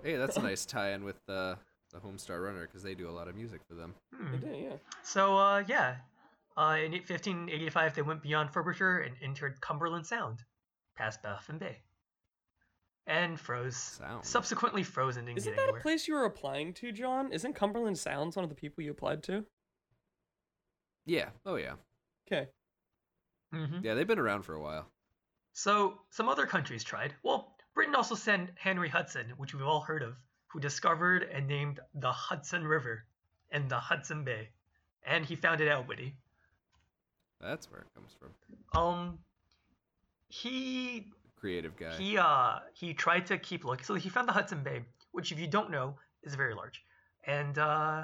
Speaker 1: Hey, that's a nice tie-in with uh, the Homestar Runner because they do a lot of music for them.
Speaker 2: Hmm.
Speaker 3: They do, yeah.
Speaker 2: So, uh, yeah. Uh, in 1585, they went beyond Frobisher and entered Cumberland Sound, past Baffin Bay, and froze.
Speaker 1: Sound.
Speaker 2: Subsequently froze and didn't
Speaker 3: Isn't
Speaker 2: get
Speaker 3: that a
Speaker 2: anywhere.
Speaker 3: place you were applying to, John? Isn't Cumberland Sounds one of the people you applied to?
Speaker 1: Yeah. Oh yeah.
Speaker 3: Okay. Hmm?
Speaker 2: Mhm.
Speaker 1: Yeah, they've been around for a while.
Speaker 2: So, some other countries tried. Well, Britain also sent Henry Hudson, which we've all heard of, who discovered and named the Hudson River and the Hudson Bay, and he founded Albany.
Speaker 1: That's where it comes from.
Speaker 2: Um, he
Speaker 1: Creative guy.
Speaker 2: He uh he tried to keep looking. So he found the Hudson Bay, which if you don't know is very large, and uh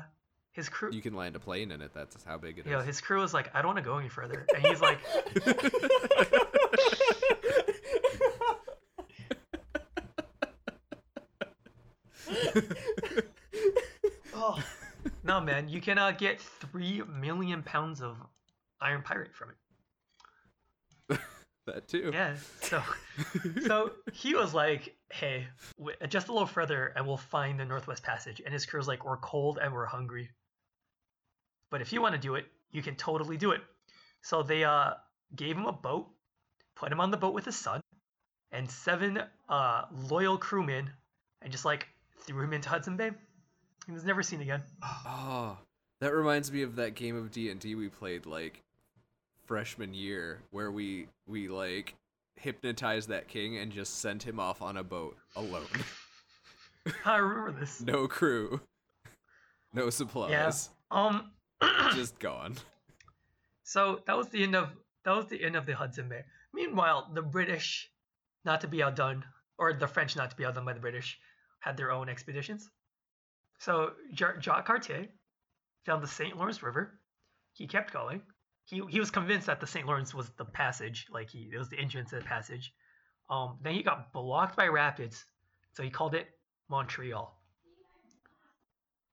Speaker 2: his crew.
Speaker 1: you can land a plane in it. That's how big it
Speaker 2: you know,
Speaker 1: is.
Speaker 2: his crew was like, I don't want to go any further, and he's like, "Oh, no, man, you cannot get three million pounds of iron pirate from it."
Speaker 1: that too.
Speaker 2: Yeah, so, so he was like, "Hey, w- just a little further, and we'll find the Northwest Passage." And his crew was like, "We're cold and we're hungry, but if you want to do it, you can totally do it." So they uh gave him a boat, put him on the boat with his son, and seven uh, loyal crewmen and just like threw him into Hudson Bay. He was never seen again.
Speaker 1: Oh, that reminds me of that game of D and D we played like freshman year, where we we like hypnotized that king and just sent him off on a boat alone,
Speaker 2: I remember this.
Speaker 1: no crew, no supplies,
Speaker 2: Um,
Speaker 1: just gone.
Speaker 2: so that was the end of that was the end of the Hudson Bay. Meanwhile, the British, not to be outdone, or the French, not to be outdone by the British, had their own expeditions. So Jar- Jacques Cartier found the St. Lawrence River. He kept going. He he was convinced that the St. Lawrence was the passage, like he it was the entrance to the passage. Um, then he got blocked by rapids, so he called it Montreal.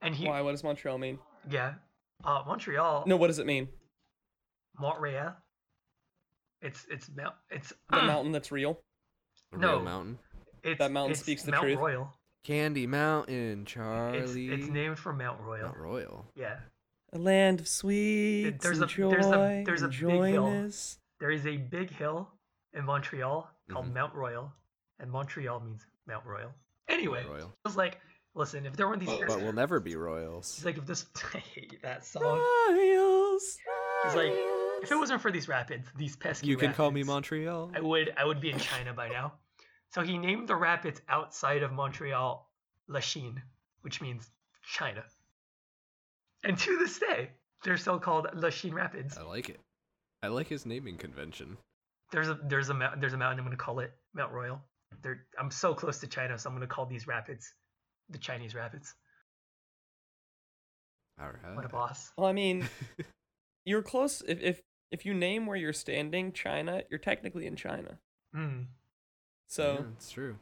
Speaker 2: And he
Speaker 3: Why? What does Montreal mean?
Speaker 2: yeah, uh, Montreal.
Speaker 3: No, what does it mean?
Speaker 2: Montreal. It's it's Mount it's
Speaker 3: The mountain that's real.
Speaker 1: A
Speaker 2: No.
Speaker 1: real mountain,
Speaker 2: it's,
Speaker 3: that mountain
Speaker 2: it's
Speaker 3: speaks the
Speaker 2: Mount
Speaker 3: truth.
Speaker 2: Royal.
Speaker 1: Candy Mountain,
Speaker 2: It's,
Speaker 1: Charlie.
Speaker 2: it's named for Mount Royal.
Speaker 1: Not royal.
Speaker 2: Yeah,
Speaker 3: A land of sweets
Speaker 2: there's
Speaker 3: and
Speaker 2: a-
Speaker 3: joy
Speaker 2: there's a- there's a
Speaker 3: and
Speaker 2: big hill.
Speaker 3: joyness.
Speaker 2: there is a big hill in Montreal called
Speaker 1: Mhm.
Speaker 2: Mount Royal, and Montreal means Mount Royal. Anyway,
Speaker 1: Not royal,
Speaker 2: I was like, listen, if there weren't these,
Speaker 1: but we'll never be royals.
Speaker 2: it's like if this, I hate that song.
Speaker 3: Royals,
Speaker 2: It's like
Speaker 3: royals.
Speaker 2: If it wasn't for these rapids, these pesky.
Speaker 1: You can call me
Speaker 2: rapids,
Speaker 1: Montreal.
Speaker 2: I would I would be in China by now. So he named the rapids outside of Montreal Lachine, which means China. And to this day, they're still called Lachine Rapids.
Speaker 3: Oh.
Speaker 1: I like it. I like his naming convention.
Speaker 2: There's a there's a mount, there's a mountain I'm going to call it Mount Royal. They're, I'm so close to China, so I'm going to call these rapids the Chinese rapids.
Speaker 1: All
Speaker 2: What a
Speaker 1: right.
Speaker 2: boss!
Speaker 3: Well, I mean, you're close. If if if you name where you're standing, China, you're technically in China.
Speaker 2: Mm.
Speaker 3: So
Speaker 1: yeah, it's true.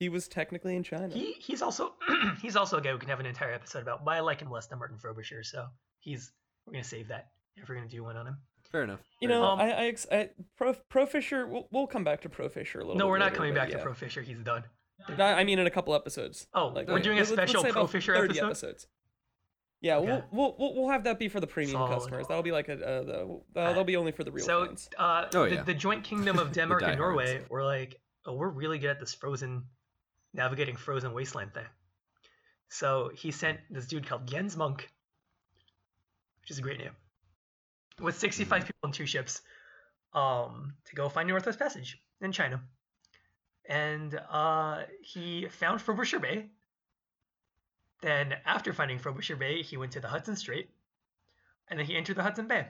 Speaker 3: he was technically in China.
Speaker 2: He he's also he's also a guy we can have an entire episode about. But I like him less than Martin Frobisher, so he's we're going to save that if we're going to do one on him.
Speaker 1: Fair enough.
Speaker 3: you
Speaker 1: fair
Speaker 3: know,
Speaker 1: enough.
Speaker 2: Um,
Speaker 3: I, I, ex- I pro, pro Fisher. We'll, we'll come back to pro Fisher a little.
Speaker 2: No,
Speaker 3: bit
Speaker 2: we're not
Speaker 3: later,
Speaker 2: coming
Speaker 3: but
Speaker 2: back
Speaker 3: yeah.
Speaker 2: to Pro Fisher. He's done.
Speaker 3: No, I mean, in a couple episodes.
Speaker 2: Oh,
Speaker 3: Like,
Speaker 2: we're
Speaker 3: okay.
Speaker 2: doing a
Speaker 3: Let's- let's
Speaker 2: special
Speaker 3: say
Speaker 2: Pro
Speaker 3: about
Speaker 2: Fisher
Speaker 3: 30
Speaker 2: episode.
Speaker 3: episodes. Yeah,
Speaker 2: Okay.
Speaker 3: we'll, we'll we'll we'll have that be for the premium
Speaker 2: Solid.
Speaker 3: customers. That'll be like a uh, the, that'll, that'll be only for the real
Speaker 2: so,
Speaker 3: fans.
Speaker 2: uh,
Speaker 1: Oh,
Speaker 2: the,
Speaker 1: yeah.
Speaker 2: the joint kingdom of Denmark and
Speaker 1: diehards.
Speaker 2: Norway were like, oh, we're really good at this frozen, navigating frozen wasteland thing. So he sent this dude called Jens Monk, which is a great name, with 65 people and two ships, um, to go find Northwest Passage in China. And uh, he found Frobisher Bay. Then, after finding Frobisher Bay, he went to the Hudson Strait, and then he entered the Hudson Bay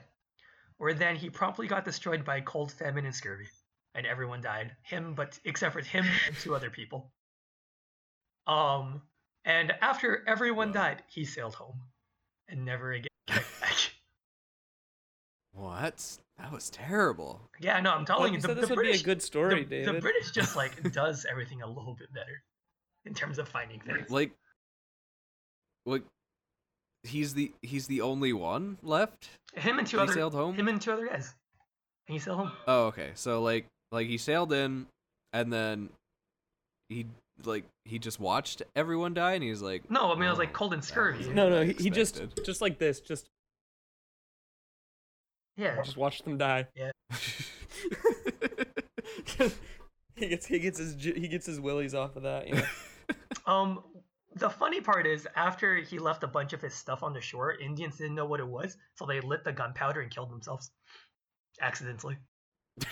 Speaker 2: where then he promptly got destroyed by cold, famine, and scurvy, and everyone died. Him, but except for him and two other people. Um, and after everyone
Speaker 1: Wow.
Speaker 2: died, he sailed home, and never again. came back.
Speaker 1: What? That was terrible.
Speaker 2: yeah, no, I'm telling you,
Speaker 3: Like you
Speaker 2: the,
Speaker 3: said
Speaker 2: the
Speaker 3: this would
Speaker 2: British,
Speaker 3: be a good story,
Speaker 2: the, the
Speaker 3: David.
Speaker 2: British just like does everything a little bit better in terms of finding things.
Speaker 1: Like, what? He's the he's the only one left.
Speaker 2: Him and two
Speaker 1: He
Speaker 2: other
Speaker 1: sailed home.
Speaker 2: him and two other guys, and he sailed home.
Speaker 1: oh, okay. So like like he sailed in, and then he like he just watched everyone die, and he's like,
Speaker 2: No, I mean it was like
Speaker 1: Oh,
Speaker 2: cold and
Speaker 1: that
Speaker 2: scurvy.
Speaker 1: was a-
Speaker 3: no, no, he, he just
Speaker 1: Expected.
Speaker 3: just like this, just
Speaker 2: Yeah,
Speaker 3: just watch them die. he gets he gets his ju- he gets his willies off of that. You know?
Speaker 2: Um, the funny part is after he left a bunch of his stuff on the shore, Indians didn't know what it was, so they lit the gunpowder and killed themselves accidentally.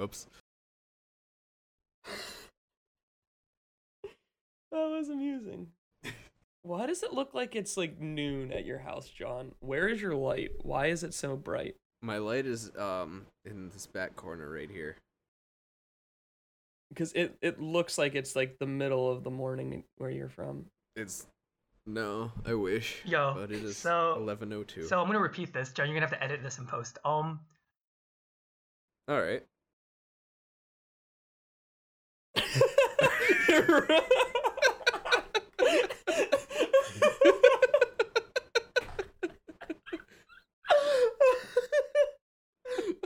Speaker 1: Oops.
Speaker 3: that was Oh, amusing. Why does it look like it's like noon at your house, John? Where is your light? Why is it so bright?
Speaker 1: My light is um in this back corner right here.
Speaker 3: Because it it looks like it's like the middle of the morning where you're from.
Speaker 1: It's no, I wish.
Speaker 2: Yo,
Speaker 1: but it is
Speaker 2: so-
Speaker 1: eleven oh two.
Speaker 2: So I'm gonna repeat this, John. You're gonna have to edit this in post. Um,
Speaker 1: All right.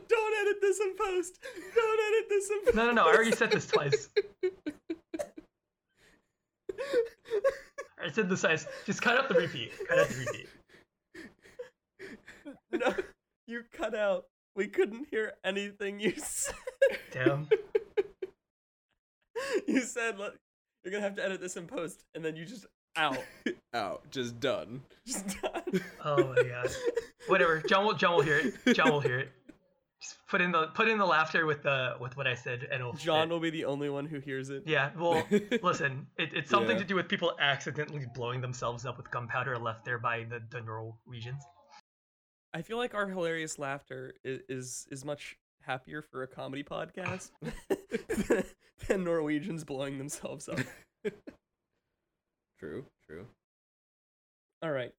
Speaker 3: Don't edit this in post. Don't edit this in post.
Speaker 2: no, no, no. I already said this twice. I said this twice. Just cut out the repeat. Cut out the repeat.
Speaker 3: No, you cut out. We couldn't hear anything you said.
Speaker 2: Damn.
Speaker 3: you said like, you're gonna have to edit this in post, and then you just out,
Speaker 1: Out. Just done.
Speaker 3: just done.
Speaker 2: Oh my god. Whatever. John will John will hear it. John will hear it. Just put in the put in the laughter with the with what I said, and it'll fit.
Speaker 3: John will be the only one who hears it.
Speaker 2: Yeah. Well, listen. It, it's something
Speaker 1: Yeah.
Speaker 2: to do with people accidentally blowing themselves up with gunpowder left there by the, the neural regions.
Speaker 3: I feel like our hilarious laughter is is, is much happier for a comedy podcast than Norwegians blowing themselves up.
Speaker 1: True. True.
Speaker 3: All right.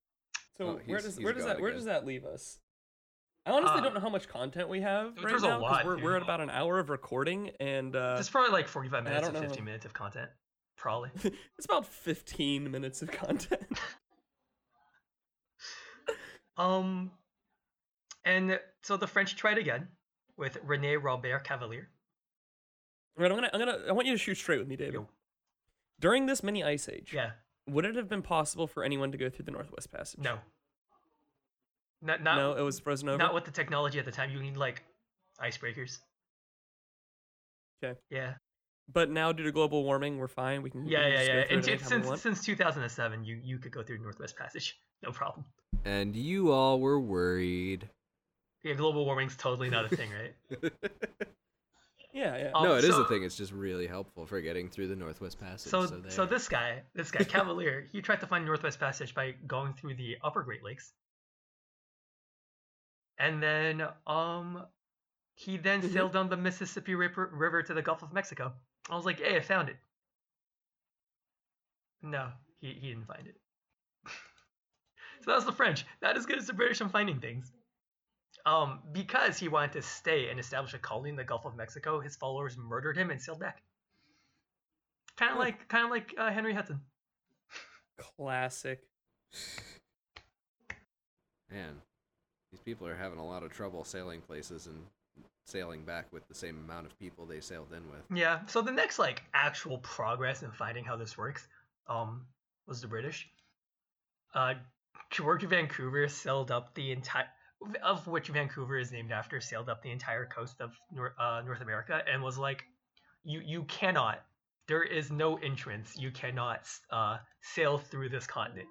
Speaker 3: So
Speaker 1: Oh,
Speaker 3: where
Speaker 1: he's-
Speaker 3: does
Speaker 1: he's
Speaker 3: where does
Speaker 1: gone
Speaker 3: that where
Speaker 1: again.
Speaker 3: does that leave us? I honestly
Speaker 2: Uh,
Speaker 3: don't know how much content we have
Speaker 2: there-
Speaker 3: right
Speaker 2: there's a
Speaker 3: now 'cause
Speaker 2: lot,
Speaker 3: we're we're
Speaker 2: dude.
Speaker 3: at about an hour of recording and uh,
Speaker 2: It's probably like forty five
Speaker 3: I
Speaker 2: minutes or
Speaker 3: don't know.
Speaker 2: fifteen minutes of content. Probably.
Speaker 3: it's about 15 minutes of content.
Speaker 2: Um, and so the French tried again with Rene Robert Cavalier.
Speaker 3: All right, I'm gonna I'm gonna I want you to shoot straight with me, David.
Speaker 2: Yo.
Speaker 3: During this mini ice age,
Speaker 2: Yeah.
Speaker 3: would it have been possible for anyone to go through the Northwest Passage?
Speaker 2: No. Not not
Speaker 3: no, it was frozen over.
Speaker 2: not with the technology at the time. You need like icebreakers.
Speaker 3: 'Kay.
Speaker 2: Yeah.
Speaker 3: But now, due to global warming, we're fine. We can we
Speaker 2: Yeah,
Speaker 3: can
Speaker 2: yeah,
Speaker 3: just
Speaker 2: yeah.
Speaker 3: Go through
Speaker 2: And
Speaker 3: it
Speaker 2: it-
Speaker 3: anytime we
Speaker 2: since
Speaker 3: want.
Speaker 2: since 2007, you you could go through Northwest Passage, no problem.
Speaker 1: And you all were worried.
Speaker 2: Yeah, global warming's totally not a thing, right?
Speaker 3: yeah, yeah.
Speaker 2: Um,
Speaker 1: no, it is
Speaker 2: so-
Speaker 1: a thing. It's just really helpful for getting through the Northwest Passage.
Speaker 2: so
Speaker 1: So,
Speaker 2: so,
Speaker 1: there.
Speaker 2: this guy, this guy Cavalier, he tried to find Northwest Passage by going through the Upper Great Lakes, and then um, he then
Speaker 3: Mhm.
Speaker 2: sailed down the Mississippi Ripper- River to the Gulf of Mexico. I was like, hey, I found it. No, he he didn't find it. so that's the French. Not as good as the British on finding things. Um, because he wanted to stay and establish a colony in the Gulf of Mexico, his followers murdered him and sailed back. Kind of
Speaker 3: Huh.
Speaker 2: like, kind of like uh, Henry Hudson.
Speaker 3: Classic.
Speaker 1: Man, these people are having a lot of trouble sailing places and sailing back with the same amount of people they sailed in with.
Speaker 2: Yeah. So the next like actual progress in finding how this works, um, was the British. Uh, George Vancouver sailed up the entire, of which Vancouver is named after, sailed up the entire coast of North, uh, North America and was like, you you cannot, there is no entrance, you cannot uh sail through this continent.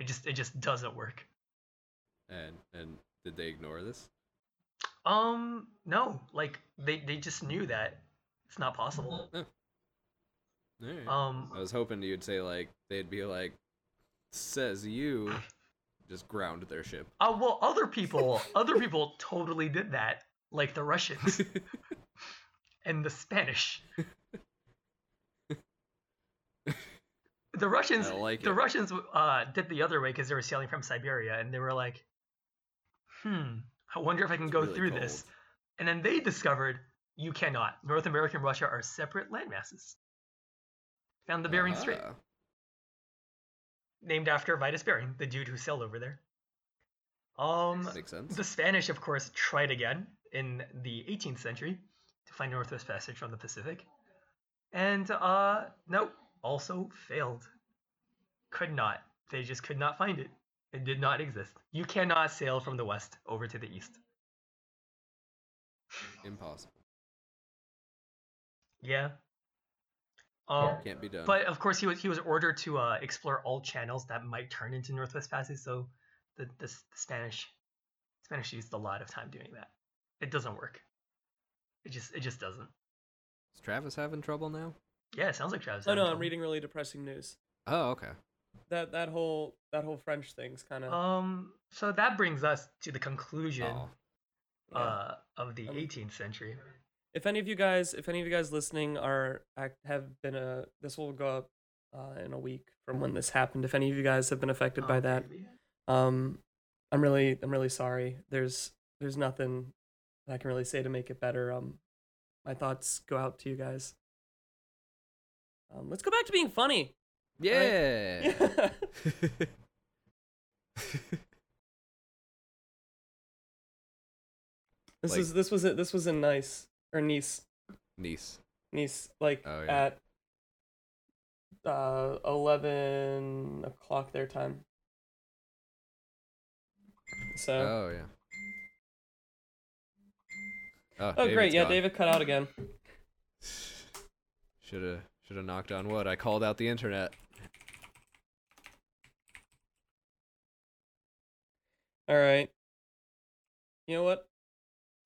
Speaker 2: It just it just doesn't work.
Speaker 1: And and did they ignore this?
Speaker 2: Um, no, like they they just knew that it's not possible.
Speaker 1: Alright.
Speaker 2: Um,
Speaker 1: I was hoping you'd say like they'd be like, says you, just ground their ship.
Speaker 2: Uh, well, other people, other people totally did that, like the Russians and the Spanish. The Russians,
Speaker 1: I like
Speaker 2: the
Speaker 1: it.
Speaker 2: Russians uh, did the other way because they were sailing from Siberia, and they were like, "Hmm, I wonder if I can
Speaker 1: It's
Speaker 2: go
Speaker 1: really
Speaker 2: through this."
Speaker 1: cold.
Speaker 2: And then they discovered you cannot. North America and Russia are separate landmasses. Found the Bering Strait,
Speaker 1: Ah,
Speaker 2: named after Vitus Bering, the dude who sailed over there. Um,
Speaker 1: makes sense.
Speaker 2: the Spanish, of course, tried again in the 18th century to find Northwest Passage from the Pacific, and uh, no, also failed. Could not. They just could not find it. It did not exist. You cannot sail from the west over to the east.
Speaker 1: Impossible.
Speaker 2: Yeah. Um,
Speaker 1: Can't be done.
Speaker 2: but of course, he was he was ordered to uh, explore all channels that might turn into Northwest Passage. So the, the, S- the Spanish Spanish used a lot of time doing that. It doesn't work. It just it just doesn't.
Speaker 1: is Travis having trouble now?
Speaker 2: Yeah, it sounds like Travis.
Speaker 3: Oh no,
Speaker 2: Hamilton.
Speaker 3: I'm reading really depressing news.
Speaker 1: Oh, okay.
Speaker 3: That that whole that whole French thing's kind of.
Speaker 2: Um, so that brings us to the conclusion
Speaker 1: Oh,
Speaker 2: uh, of the
Speaker 3: Um,
Speaker 2: 18th century.
Speaker 3: if any of you guys, if any of you guys listening are act- have been a, this will go up uh, in a week from when this happened. If any of you guys have been affected by
Speaker 2: Oh,
Speaker 3: that,
Speaker 2: baby.
Speaker 3: um, I'm really I'm really sorry. There's there's nothing that I can really say to make it better. Um, my thoughts go out to you guys. Um, let's go back to being funny.
Speaker 1: yeah.
Speaker 3: this
Speaker 1: Like-
Speaker 3: is this was it. This was in Nice or Nice
Speaker 1: nice.
Speaker 3: Nice like
Speaker 1: Oh, yeah.
Speaker 3: at uh eleven o'clock their time. So Uh,
Speaker 1: Oh yeah. Oh,
Speaker 3: Oh, great. Yeah, David cut out again.
Speaker 1: Should have should have knocked on wood. I called out the internet.
Speaker 3: All right. You know what?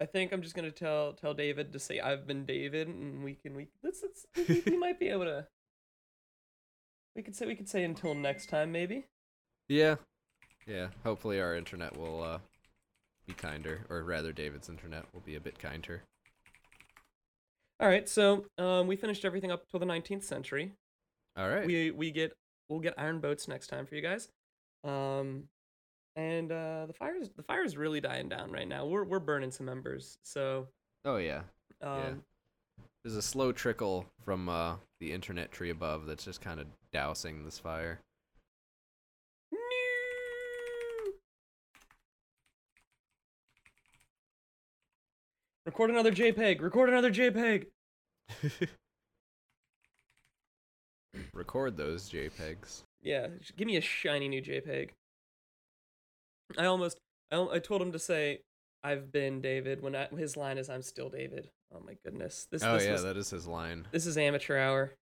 Speaker 3: I think I'm just gonna tell tell David to say I've been David, and we can we let's, let's we- we, we might be able to. We could say we could say until next time maybe.
Speaker 1: Yeah, yeah. Hopefully our internet will uh, be kinder, or rather, David's internet will be a bit kinder.
Speaker 3: All right, so um, we finished everything up till the 19th century.
Speaker 1: All right.
Speaker 3: We we get we'll get iron boats next time for you guys. Um, and uh, the fire's the fire's really dying down right now. We're we're burning some embers, so
Speaker 1: oh yeah.
Speaker 3: um,
Speaker 1: There's a slow trickle from uh, the internet tree above that's just kind of dousing this fire.
Speaker 3: Record another JPEG. Record another JPEG.
Speaker 1: Record those JPEGs.
Speaker 3: Yeah, sh- give me a shiny new JPEG. I almost, I, al- I told him to say, "I've been David." When I, his line is, "I'm still David." Oh my goodness, this
Speaker 1: oh
Speaker 3: this,
Speaker 1: yeah,
Speaker 3: was-
Speaker 1: that is his line.
Speaker 3: this is amateur hour.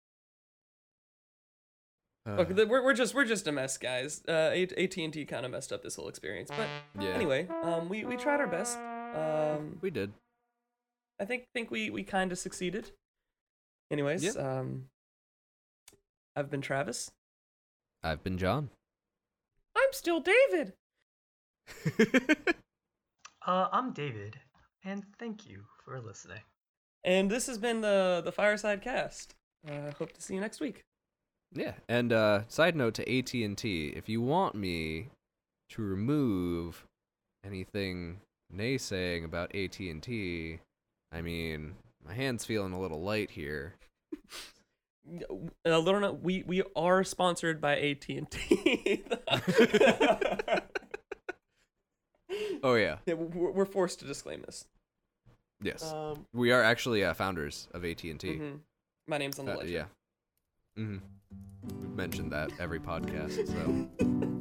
Speaker 1: Uh,
Speaker 3: Look, th- we're, we're just we're just a mess, guys. Uh, AT and T kind of messed up this whole experience, but
Speaker 1: yeah.
Speaker 3: anyway, um, we we tried our best. Um,
Speaker 1: we did.
Speaker 3: I think think we we kind of succeeded. Anyways,
Speaker 1: Yep.
Speaker 3: um, I've been Travis.
Speaker 1: I've been John.
Speaker 3: I'm still David.
Speaker 2: Uh, I'm David, and thank you for listening.
Speaker 3: And this has been the the Fireside Cast. Uh, hope to see you next week.
Speaker 1: Yeah, and uh, side note to AT and T, if you want me to remove anything naysaying about AT and T, I mean, my hand's feeling a little light here.
Speaker 3: Uh, Lorna, we we are sponsored by AT and T.
Speaker 1: Oh yeah,
Speaker 3: We're we're forced to disclaim this.
Speaker 1: yes,
Speaker 3: Um,
Speaker 1: we are actually uh, founders of AT and T.
Speaker 3: mhm. My name's on the
Speaker 1: Uh,
Speaker 3: legend.
Speaker 1: yeah, mm-hmm. we've mentioned that every podcast. So